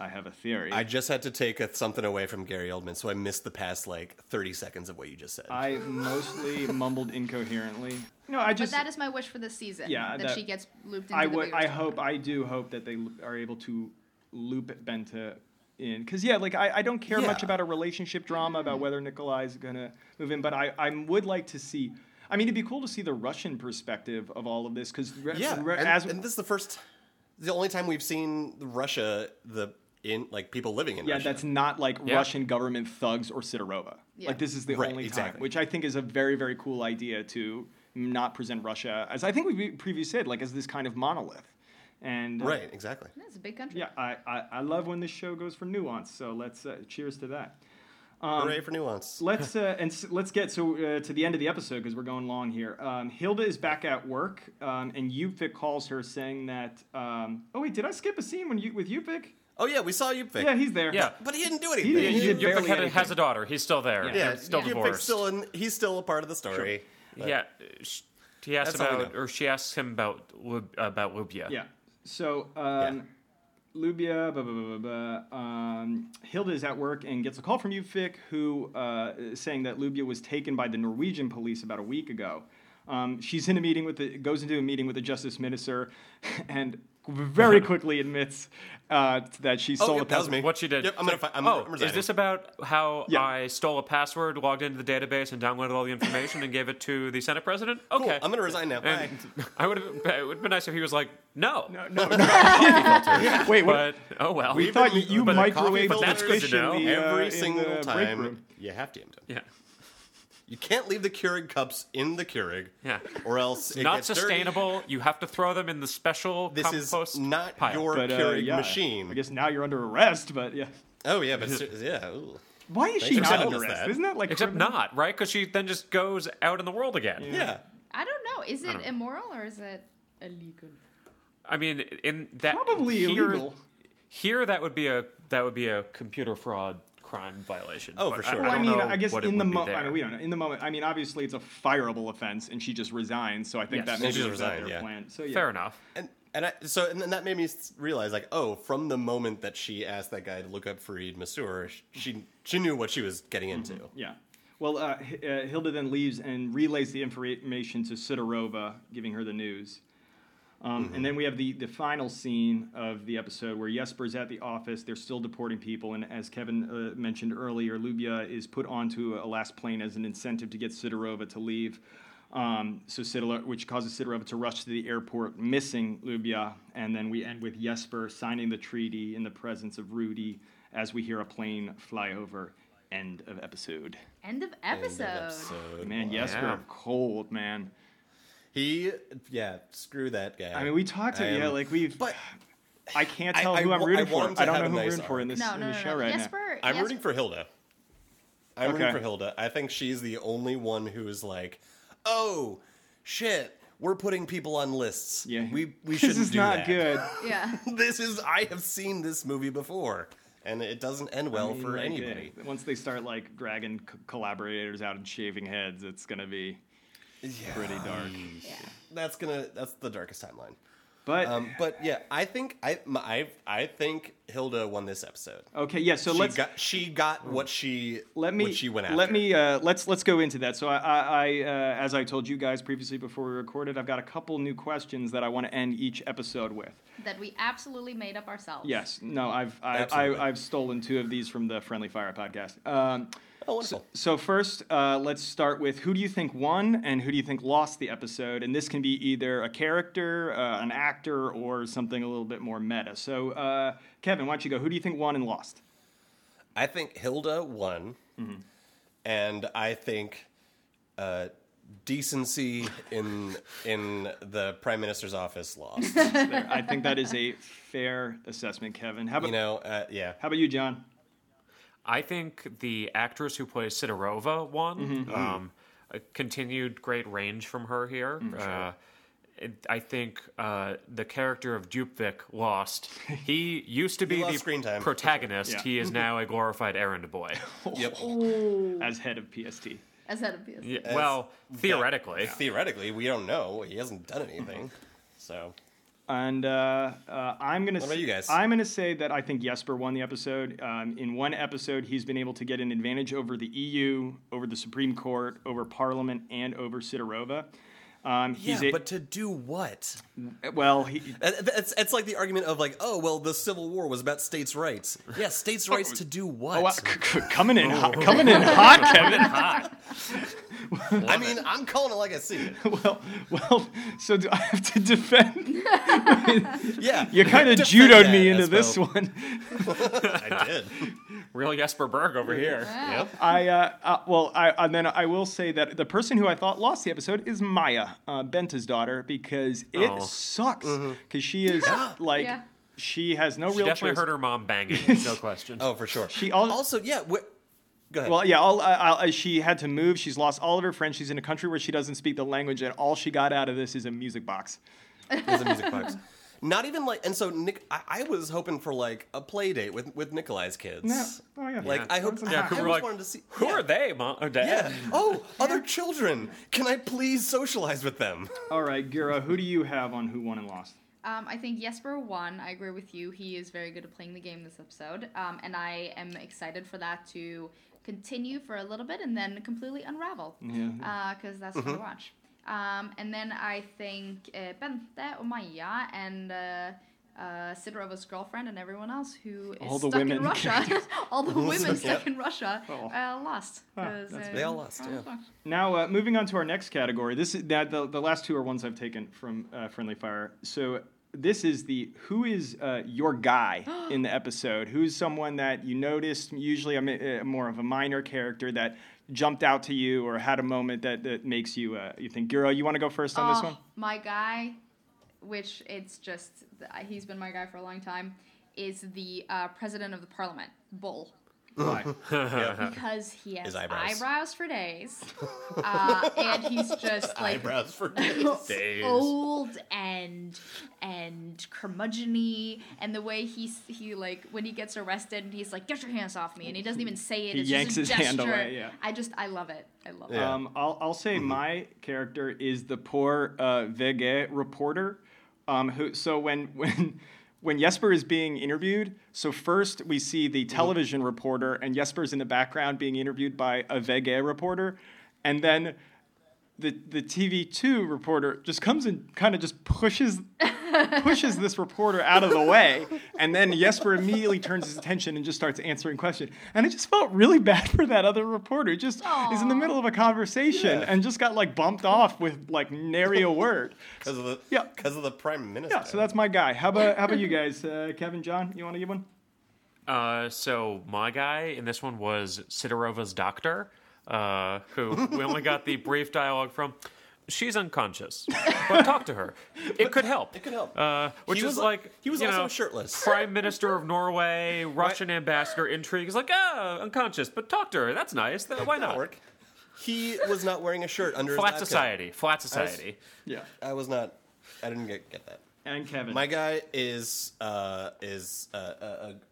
Speaker 1: I have a theory.
Speaker 3: I just had to take a, something away from Gary Oldman so I missed the past like thirty seconds of what you just said.
Speaker 1: I mostly mumbled incoherently. No, I
Speaker 2: But
Speaker 1: just.
Speaker 2: that is my wish for this season.
Speaker 1: Yeah,
Speaker 2: that,
Speaker 1: that-
Speaker 2: she gets looped into
Speaker 1: I
Speaker 2: the
Speaker 1: would.
Speaker 2: bigger
Speaker 1: I
Speaker 2: story.
Speaker 1: hope. I do hope that they l- are able to loop Benta in, because yeah, like I, I don't care much
Speaker 3: Yeah.
Speaker 1: about a relationship drama about whether Nikolai's gonna move in, but I I would like to see. I mean, it'd be cool to see the Russian perspective of all of this, because
Speaker 3: yeah and,
Speaker 1: as
Speaker 3: and this is the first the only time we've seen Russia the in like people living in
Speaker 1: yeah,
Speaker 3: Russia.
Speaker 1: that's not like
Speaker 4: Yeah.
Speaker 1: Russian government thugs or Sidorova.
Speaker 2: Yeah.
Speaker 1: Like this is the
Speaker 3: Right,
Speaker 1: only time,
Speaker 3: exactly.
Speaker 1: which I think is a very very cool idea to not present Russia as I think we previously said, like as this kind of monolith. And uh,
Speaker 3: right exactly.
Speaker 2: That's a big country.
Speaker 1: Yeah, I, I, I love when this show goes for nuance. So let's uh, cheers to that. Um,
Speaker 3: Hooray for nuance.
Speaker 1: Let's uh, and s- let's get so uh, to the end of the episode because we're going long here. Um, Hilda is back at work, um, and Yupvik calls her saying that. Um, oh wait, did I skip a scene when you with Yupvik?
Speaker 3: Oh yeah, we saw you pick.
Speaker 1: Yeah, he's there.
Speaker 4: Yeah.
Speaker 3: but he didn't do anything.
Speaker 1: didn't
Speaker 4: You,
Speaker 1: He did barely
Speaker 4: had,
Speaker 1: anything.
Speaker 4: has a daughter. He's still there.
Speaker 1: Yeah.
Speaker 4: They're
Speaker 3: Yeah,
Speaker 4: still
Speaker 3: Yupik's
Speaker 4: divorced.
Speaker 3: Still in, he's still a part of the story.
Speaker 4: yeah, sh- he asks
Speaker 3: That's all we
Speaker 4: about,
Speaker 3: know.
Speaker 4: or she asks him about Lub- about Lubia.
Speaker 1: Yeah. So um, Lubia, blah, blah, blah, blah, blah. Um, Hilda is at work and gets a call from Yufik, who uh, is saying that Lubia was taken by the Norwegian police about a week ago. Um, she's in a meeting with the goes into a meeting with the justice minister, and very quickly admits uh, that she
Speaker 3: Oh,
Speaker 1: stole
Speaker 3: yep,
Speaker 1: a
Speaker 3: that was
Speaker 1: password.
Speaker 3: me.
Speaker 4: What she did.
Speaker 3: Yep, I'm gonna.
Speaker 4: It's like,
Speaker 3: fi- I'm,
Speaker 4: oh,
Speaker 3: I'm
Speaker 4: is
Speaker 3: resigning.
Speaker 4: this about how
Speaker 1: Yeah.
Speaker 4: I stole a password, logged into the database, and downloaded all the information and gave it to the Senate president? Okay.
Speaker 3: Cool, I'm gonna resign now. Bye.
Speaker 4: And I would have. It would have been nice if he was like, no.
Speaker 1: No, no, no. Wait, what?
Speaker 4: But oh well.
Speaker 1: we thought you, you
Speaker 4: but the coffee
Speaker 1: microwaved
Speaker 4: filter- that's good to
Speaker 1: fish in
Speaker 4: know.
Speaker 1: the, uh,
Speaker 3: Every
Speaker 1: in
Speaker 3: single
Speaker 1: the break
Speaker 3: time
Speaker 1: room.
Speaker 3: you have to. Hamden.
Speaker 4: Yeah.
Speaker 3: You can't leave the Keurig cups in the Keurig.
Speaker 4: Yeah.
Speaker 3: Or else it
Speaker 4: Not
Speaker 3: gets dirty.
Speaker 4: sustainable. You have to throw them in the special
Speaker 3: This is
Speaker 4: compost
Speaker 3: not
Speaker 4: pile.
Speaker 3: your-
Speaker 1: But, uh,
Speaker 3: Keurig
Speaker 1: yeah,
Speaker 3: machine.
Speaker 1: I guess now you're under arrest, but yeah.
Speaker 3: Oh yeah, but ser- yeah. Ooh.
Speaker 1: Why is she
Speaker 3: for
Speaker 1: not
Speaker 3: telling us
Speaker 1: arrested?
Speaker 3: that.
Speaker 1: Isn't that like
Speaker 4: Except
Speaker 1: criminal?
Speaker 4: not, right? Because she then just goes out in the world again.
Speaker 3: Yeah.
Speaker 2: I don't know. Is it immoral or is it illegal?
Speaker 4: I mean, in that
Speaker 1: Probably
Speaker 4: here,
Speaker 1: illegal.
Speaker 4: Here, that would be a that would be a computer fraud crime violation.
Speaker 3: Oh,
Speaker 4: but
Speaker 3: for
Speaker 4: I-
Speaker 3: sure.
Speaker 4: I,
Speaker 1: Well, I,
Speaker 4: don't
Speaker 1: mean,
Speaker 4: know
Speaker 1: I guess
Speaker 4: what it
Speaker 1: in the
Speaker 4: would be
Speaker 1: moment, I
Speaker 4: there.
Speaker 1: mean, we don't know. In the moment, I mean, obviously it's a fireable offense, and she just resigned. So I think
Speaker 4: Yes.
Speaker 1: that
Speaker 4: And
Speaker 1: maybe
Speaker 3: she
Speaker 1: was that
Speaker 3: resigned,
Speaker 1: their
Speaker 3: yeah.
Speaker 1: plan. So yeah,
Speaker 4: Fair enough.
Speaker 3: And and I, so and then that made me s- realize like oh from the moment that she asked that guy to look up Fareed Masur sh- she she knew what she was getting into.
Speaker 1: Yeah. Well, uh, H- uh, Hilda then leaves and relays the information to Sidorova, giving her the news. Um, And then we have the, the final scene of the episode where Jesper's at the office. They're still deporting people. And as Kevin uh, mentioned earlier, Lubia is put onto a last plane as an incentive to get Sidorova to leave. Um, so Sidorova, which causes Sidorova to rush to the airport, missing Lubia. And then we end with Jesper signing the treaty in the presence of Rudy as we hear a plane fly over. End of episode.
Speaker 2: End of
Speaker 3: End of
Speaker 2: episode.
Speaker 3: episode
Speaker 1: Man,
Speaker 3: one.
Speaker 1: Jesper
Speaker 4: Yeah.
Speaker 1: cold, man.
Speaker 3: He yeah, screw that guy.
Speaker 1: I mean, we talked to, yeah,
Speaker 3: Um,
Speaker 1: like we've.
Speaker 3: but
Speaker 1: I can't
Speaker 3: I-
Speaker 1: tell
Speaker 3: I
Speaker 1: who I, am
Speaker 3: wa- I
Speaker 1: rooting
Speaker 3: want him
Speaker 1: for.
Speaker 3: to
Speaker 1: I don't
Speaker 3: have
Speaker 1: know
Speaker 3: a
Speaker 1: who I'm
Speaker 3: nice
Speaker 1: rooting for in
Speaker 3: arc.
Speaker 1: this,
Speaker 2: No,
Speaker 1: in
Speaker 2: no,
Speaker 1: this
Speaker 2: no,
Speaker 1: show
Speaker 2: no.
Speaker 1: right now.
Speaker 2: Jesper,
Speaker 3: I'm
Speaker 2: Jesper-
Speaker 3: rooting for Hilda. I'm
Speaker 1: Okay.
Speaker 3: rooting for Hilda. I think she's the only one who is like, "Oh shit, we're putting people on lists.
Speaker 1: Yeah.
Speaker 3: we we
Speaker 1: This
Speaker 3: shouldn't
Speaker 1: is
Speaker 3: do that.
Speaker 1: not good.
Speaker 2: Yeah.
Speaker 3: this is I have seen this movie before, and it doesn't end well for
Speaker 1: Like,
Speaker 3: anybody.
Speaker 1: uh, once they start like dragging c- collaborators out and shaving heads, it's gonna be pretty dark.
Speaker 3: Mm.
Speaker 2: yeah.
Speaker 3: That's gonna that's the darkest timeline.
Speaker 1: But
Speaker 3: Um, but yeah, I think I my, I I think Hilda won this episode.
Speaker 1: okay, yeah. So
Speaker 3: she
Speaker 1: let's
Speaker 3: got she got what she
Speaker 1: let me
Speaker 3: what she went after.
Speaker 1: let me uh, let's let's go into that. So I, I, I uh, as I told you guys previously before we recorded, I've got a couple new questions that I want to end each episode with.
Speaker 2: That we absolutely made up ourselves.
Speaker 1: Yes. No, I've I,
Speaker 3: Absolutely.
Speaker 1: I, I've stolen two of these from the Friendly Fire podcast. Um,
Speaker 3: Oh, wonderful.
Speaker 1: so first, uh, let's start with who do you think won and who do you think lost the episode? And this can be either a character, uh, an actor, or something a little bit more meta. So uh, Kevin, why don't you go? Who do you think won and lost?
Speaker 3: I think Hilda won, and I think uh, decency in in the prime minister's office lost.
Speaker 1: There. I think that is a fair assessment, Kevin. How about
Speaker 3: you know, uh, yeah.
Speaker 1: how about you, John?
Speaker 4: I think the actress who plays Sidorova won.
Speaker 1: Mm-hmm.
Speaker 4: Um, a continued great range from her here.
Speaker 1: Mm,
Speaker 4: Uh, it- I think uh, the character of Dupvik lost. He used to be
Speaker 3: lost
Speaker 4: the
Speaker 3: screen time.
Speaker 4: protagonist.
Speaker 1: Yeah.
Speaker 4: He is now a glorified errand boy.
Speaker 3: Yep.
Speaker 1: As head of PST,
Speaker 2: As that appears.
Speaker 4: Yeah, well, theoretically.
Speaker 3: Theoretically, we don't know. He hasn't done anything. So
Speaker 1: and uh, uh, I'm gonna. What
Speaker 3: about you guys?
Speaker 1: I'm gonna say that I think Jesper won the episode. Um, in one episode, he's been able to get an advantage over the EU, over the Supreme Court, over Parliament, and over Sidorova. Um, he's a-
Speaker 3: but to do what?
Speaker 1: Well, he,
Speaker 3: Uh, It's, it's like the argument of like, oh well, the Civil War was about states' rights. Yeah, states' rights to do what?
Speaker 1: oh, uh, c- c- coming in hot, coming in hot, Kevin.
Speaker 3: I mean, I'm calling it like I see it.
Speaker 1: Well, well. So do I have to defend?
Speaker 3: Yeah,
Speaker 1: You kind of
Speaker 3: Defend
Speaker 1: judoed
Speaker 3: that,
Speaker 1: me into
Speaker 3: Espo.
Speaker 1: this one.
Speaker 3: I did.
Speaker 4: Real Jesper Berg over here.
Speaker 3: yep.
Speaker 1: I uh, uh, well, I and then I will say that the person who I thought lost the episode is Maya uh, Benta's daughter because it
Speaker 4: Oh.
Speaker 1: sucks because she is like
Speaker 2: Yeah.
Speaker 1: she has no
Speaker 4: She
Speaker 1: real.
Speaker 4: definitely
Speaker 1: choice.
Speaker 4: heard her mom banging, no question.
Speaker 3: Oh, for sure.
Speaker 1: She al-
Speaker 3: also yeah. Wh- go ahead.
Speaker 1: Well, yeah, all, I, I, she had to move. She's lost all of her friends. She's in a country where she doesn't speak the language, and all she got out of this is a music box.
Speaker 3: is a music box. Not even like, and so Nick, I, I was hoping for like a play date with with Nikolai's kids.
Speaker 1: No. Oh, yeah.
Speaker 3: Like I hope.
Speaker 4: Yeah,
Speaker 3: I,
Speaker 4: who
Speaker 3: always
Speaker 4: were like,
Speaker 3: wanted to see.
Speaker 4: Who
Speaker 3: yeah.
Speaker 4: are they, mom or
Speaker 3: Yeah.
Speaker 4: dad?
Speaker 3: Oh, other children. Can I please socialize with them?
Speaker 1: All right, Gira, who do you have on who won and lost?
Speaker 2: Um, I think Jesper won. I agree with you. He is very good at playing the game this episode. Um, and I am excited for that to continue for a little bit and then completely unravel. Yeah. Because that's what I
Speaker 1: Mm-hmm.
Speaker 2: watch. Um, and then I think uh, Bente or Maya and uh, uh, Sidorova's girlfriend and everyone else who is
Speaker 1: All the
Speaker 2: stuck
Speaker 1: women
Speaker 2: in Russia, all the women stuck
Speaker 3: Yeah.
Speaker 2: in Russia,
Speaker 1: Oh.
Speaker 2: uh, lost. 'Cause, uh,
Speaker 3: They all lost, yeah.
Speaker 1: Now, uh, moving on to our next category. This is now the, the last two are ones I've taken from uh, Friendly Fire. So this is the who is uh, your guy in the episode? Who's someone that you noticed? Usually, I'm uh, more of a minor character that jumped out to you or had a moment that, that makes you uh, you think, Gira, you want to go first on this
Speaker 2: Oh,
Speaker 1: one?
Speaker 2: My guy, which it's just he's been my guy for a long time, is the uh, president of the parliament, Bull.
Speaker 1: Why? Ah.
Speaker 2: because he has
Speaker 3: His eyebrows.
Speaker 2: eyebrows for days, uh, and he's just like
Speaker 3: Eyebrows for days.
Speaker 4: Days.
Speaker 2: old and and curmudgeony and the way he s- he like when he gets arrested and he's like get your hands off me and he doesn't even say it
Speaker 1: He
Speaker 2: it's
Speaker 1: yanks his
Speaker 2: just a gesture.
Speaker 1: hand away, yeah.
Speaker 2: i just i love it i love it
Speaker 3: Yeah.
Speaker 1: Um, I'll, I'll say my character is the poor uh, VG reporter. Um, who, so when when when Jesper is being interviewed, so first we see the television reporter, and Jesper's in the background being interviewed by a VG reporter, and then the the TV two reporter just comes and kind of just pushes pushes this reporter out of the way, and then Jesper immediately turns his attention and just starts answering questions. And I just felt really bad for that other reporter. who Just is in the
Speaker 2: Aw.
Speaker 1: middle of a conversation
Speaker 3: Yeah.
Speaker 1: and just got like bumped off with like nary a word.
Speaker 3: Because of the
Speaker 1: Yeah.
Speaker 3: because of the prime minister.
Speaker 1: Yeah, so that's my guy. How about how about you guys, uh, Kevin, John? You want to give one?
Speaker 4: Uh, so my guy in this one was Sidorova's doctor, uh, who we only got the brief dialogue from. She's unconscious, but talk to her. It could help. It
Speaker 3: could help.
Speaker 4: Uh, which
Speaker 3: He
Speaker 4: is
Speaker 3: was-
Speaker 4: like
Speaker 3: he was
Speaker 4: you
Speaker 3: also
Speaker 4: know,
Speaker 3: shirtless.
Speaker 4: Prime Minister of Norway, Russian ambassador intrigue. He's like, ah, unconscious, but talk to her. That's nice. Th- Why
Speaker 3: That'll
Speaker 4: not?
Speaker 3: work. He was not wearing a shirt under his
Speaker 4: Flat
Speaker 3: lab coat.
Speaker 4: society. Flat society.
Speaker 1: Yeah,
Speaker 3: I was not. I didn't get, get that.
Speaker 1: and Kevin.
Speaker 3: My guy is uh is uh, uh,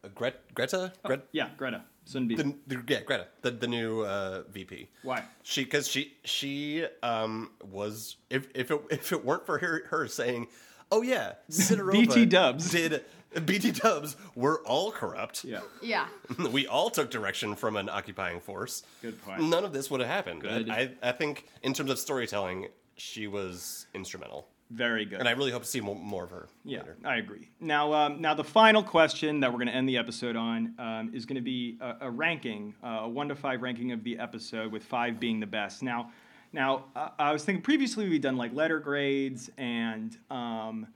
Speaker 3: uh Gret- Greta Gret-
Speaker 1: yeah, Greta Sundby.
Speaker 3: the, the, yeah Greta the the new uh, VP.
Speaker 1: Why?
Speaker 3: She because she she um was if if it if it weren't for her her saying oh yeah Sidorova
Speaker 1: BT dubs.
Speaker 3: did BT Dubs were all corrupt
Speaker 1: yeah,
Speaker 2: yeah
Speaker 3: we all took direction from an occupying force.
Speaker 1: Good point.
Speaker 3: None of this would have happened.
Speaker 1: Good.
Speaker 3: I, I think, in terms of storytelling, she was instrumental.
Speaker 1: very good.
Speaker 3: And I really hope to see more, more of her
Speaker 1: Yeah,
Speaker 3: later.
Speaker 1: I agree. Now, um, now the final question that we're going to end the episode on um, is going to be a, a ranking, uh, a one to five ranking of the episode, with five being the best. Now, now uh, I was thinking previously we've done like letter grades, and um,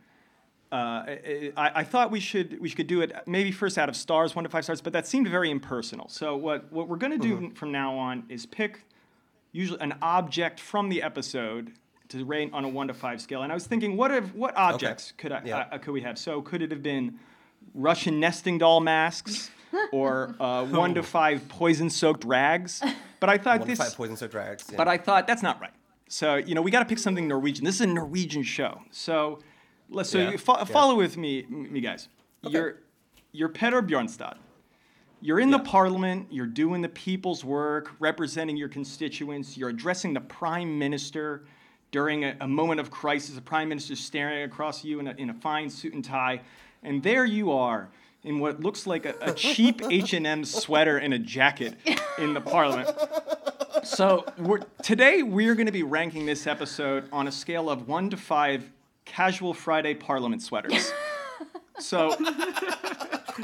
Speaker 1: uh, I, I I thought we should we should do it maybe first out of stars, one to five stars, but that seemed very impersonal. So what what we're going to do from now on is pick usually an object from the episode to rate on a one to five scale. And I was thinking, what if what objects could I,
Speaker 3: Yeah.
Speaker 1: uh, could we have? So could it have been Russian nesting doll masks or uh, one to five poison soaked rags? But I thought
Speaker 3: One
Speaker 1: this.
Speaker 3: to five poison so drags.
Speaker 1: But I thought that's not right. So you know we got to pick something Norwegian. This is a Norwegian show. So let's so
Speaker 3: Yeah,
Speaker 1: you fo-
Speaker 3: yeah.
Speaker 1: follow with me, me guys. You're you're Petter Bjornstad. You're in the parliament. You're doing the people's work, representing your constituents. You're addressing the prime minister during a, a moment of crisis. The prime minister's staring across you in a, in a fine suit and tie, and there you are in what looks like a, a cheap H&M sweater and a jacket in the parliament. So we're, today we're going to be ranking this episode on a scale of one to five casual Friday Parliament sweaters. So,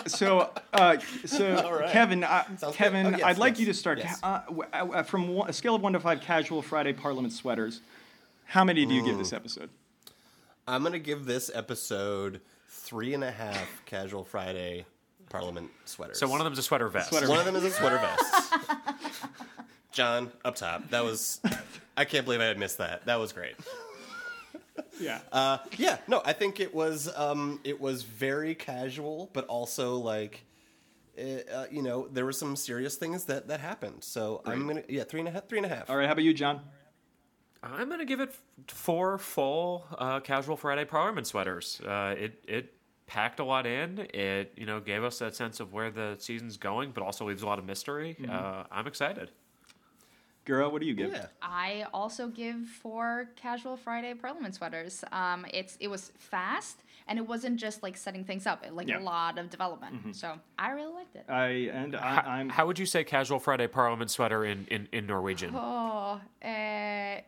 Speaker 1: so, uh, so
Speaker 3: right.
Speaker 1: Kevin, uh,
Speaker 3: Sounds good.
Speaker 1: Kevin,
Speaker 3: Oh, yes,
Speaker 1: I'd like
Speaker 3: yes,
Speaker 1: you to start
Speaker 3: yes.
Speaker 1: uh, w- uh, uh, from one, a scale of one to five casual Friday Parliament sweaters. How many do you give this episode?
Speaker 3: I'm going to give this episode three and a half casual Friday parliament sweaters.
Speaker 4: So one of them's a sweater vest.
Speaker 1: Sweater.
Speaker 3: One of them is a sweater vest. John, up top. That was. I can't believe I had missed that. That was great.
Speaker 1: Yeah.
Speaker 3: Yeah, no, I think it was um, it was very casual, but also like, eh, uh, you know, there were some serious things that that happened. So I'm gonna yeah, three and a half, three and a half.
Speaker 1: All right. How about you, John?
Speaker 4: I'm gonna give it f- four full uh, casual Friday Parliament sweaters. Uh, it it packed a lot in. It you know gave us that sense of where the season's going, but also leaves a lot of mystery. Uh, I'm excited.
Speaker 1: Gura, what do you give?
Speaker 3: Yeah,
Speaker 2: i also give four casual friday parliament sweaters um it's it was fast and it wasn't just like setting things up it like
Speaker 1: Yeah. Mm-hmm. Uh,
Speaker 2: a lot of development so i really liked it
Speaker 1: I and I,
Speaker 4: How,
Speaker 1: I'm.
Speaker 4: how would you say casual Friday Parliament sweater in in, in Norwegian?
Speaker 2: Oh, uh,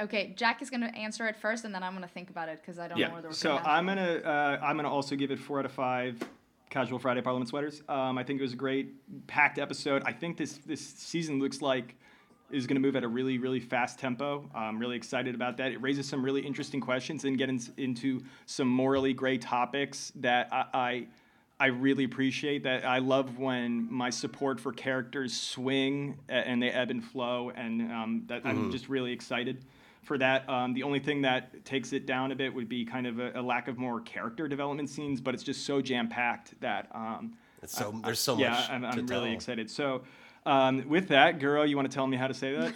Speaker 2: okay. Jack is gonna answer it first, and then I'm gonna think about it because I don't know where the
Speaker 1: So
Speaker 2: recommend-
Speaker 1: I'm gonna uh, I'm gonna also give it four out of five casual Friday Parliament sweaters. Um, I think it was a great packed episode. I think this this season looks like is going to move at a really really fast tempo. I'm really excited about that. It raises some really interesting questions and gets into some morally gray topics that I. I I really appreciate that. I love when my support for characters swing a- and they ebb and flow, and um, that I'm just really excited for that. Um, the only thing that takes it down a bit would be kind of a, a lack of more character development scenes, but it's just so jam packed that um,
Speaker 3: It's so there's so
Speaker 1: yeah,
Speaker 3: much.
Speaker 1: I'm,
Speaker 3: to
Speaker 1: I'm really
Speaker 3: tell.
Speaker 1: excited. So, um, with that, Guro, you want to tell me how to say that?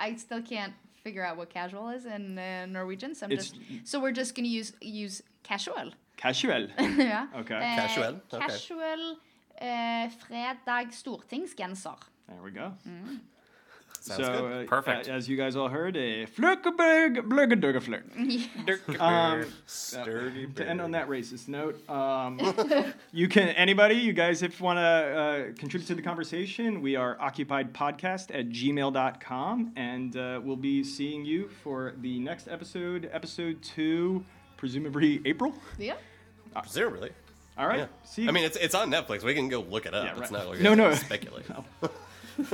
Speaker 2: I still can't figure out what casual is in uh, Norwegian, so I'm
Speaker 1: It's-
Speaker 2: just so we're just gonna use use casual.
Speaker 1: Casual.
Speaker 2: yeah.
Speaker 1: Okay.
Speaker 2: Eh,
Speaker 3: Uh, Casual, okay.
Speaker 2: Casual. eh, fredag stortingsgenser.
Speaker 1: There we go.
Speaker 3: Sounds
Speaker 1: so,
Speaker 3: good.
Speaker 1: uh,
Speaker 4: Perfect.
Speaker 1: uh, as you guys all heard, a flurkaberg, blurgadurgaflurk. Um,
Speaker 3: Sturdy.
Speaker 1: to end on
Speaker 3: bird.
Speaker 1: that racist note, um, you can anybody you guys if want to uh, contribute to the conversation, we are occupiedpodcast at gmail.com, and uh, we'll be seeing you for the next episode, episode two, presumably April.
Speaker 2: Yeah.
Speaker 3: Zero really.
Speaker 1: All right,
Speaker 3: Yeah.
Speaker 1: see. you.
Speaker 3: I mean, it's it's on Netflix. We can go look it up.
Speaker 1: Yeah, right.
Speaker 3: It's not like
Speaker 1: No,
Speaker 3: we
Speaker 1: no.
Speaker 3: have to speculate.
Speaker 1: That-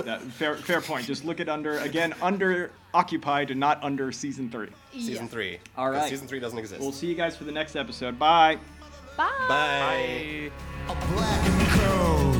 Speaker 1: Uh, fair, fair point. Just look it under again under occupied, and not under season three.
Speaker 2: yeah.
Speaker 3: Season three.
Speaker 1: All
Speaker 3: 'Cause
Speaker 1: right.
Speaker 3: Season three doesn't exist.
Speaker 1: We'll see you guys for the next episode. Bye.
Speaker 2: Bye.
Speaker 3: Bye.
Speaker 4: I-
Speaker 5: a blackened crow.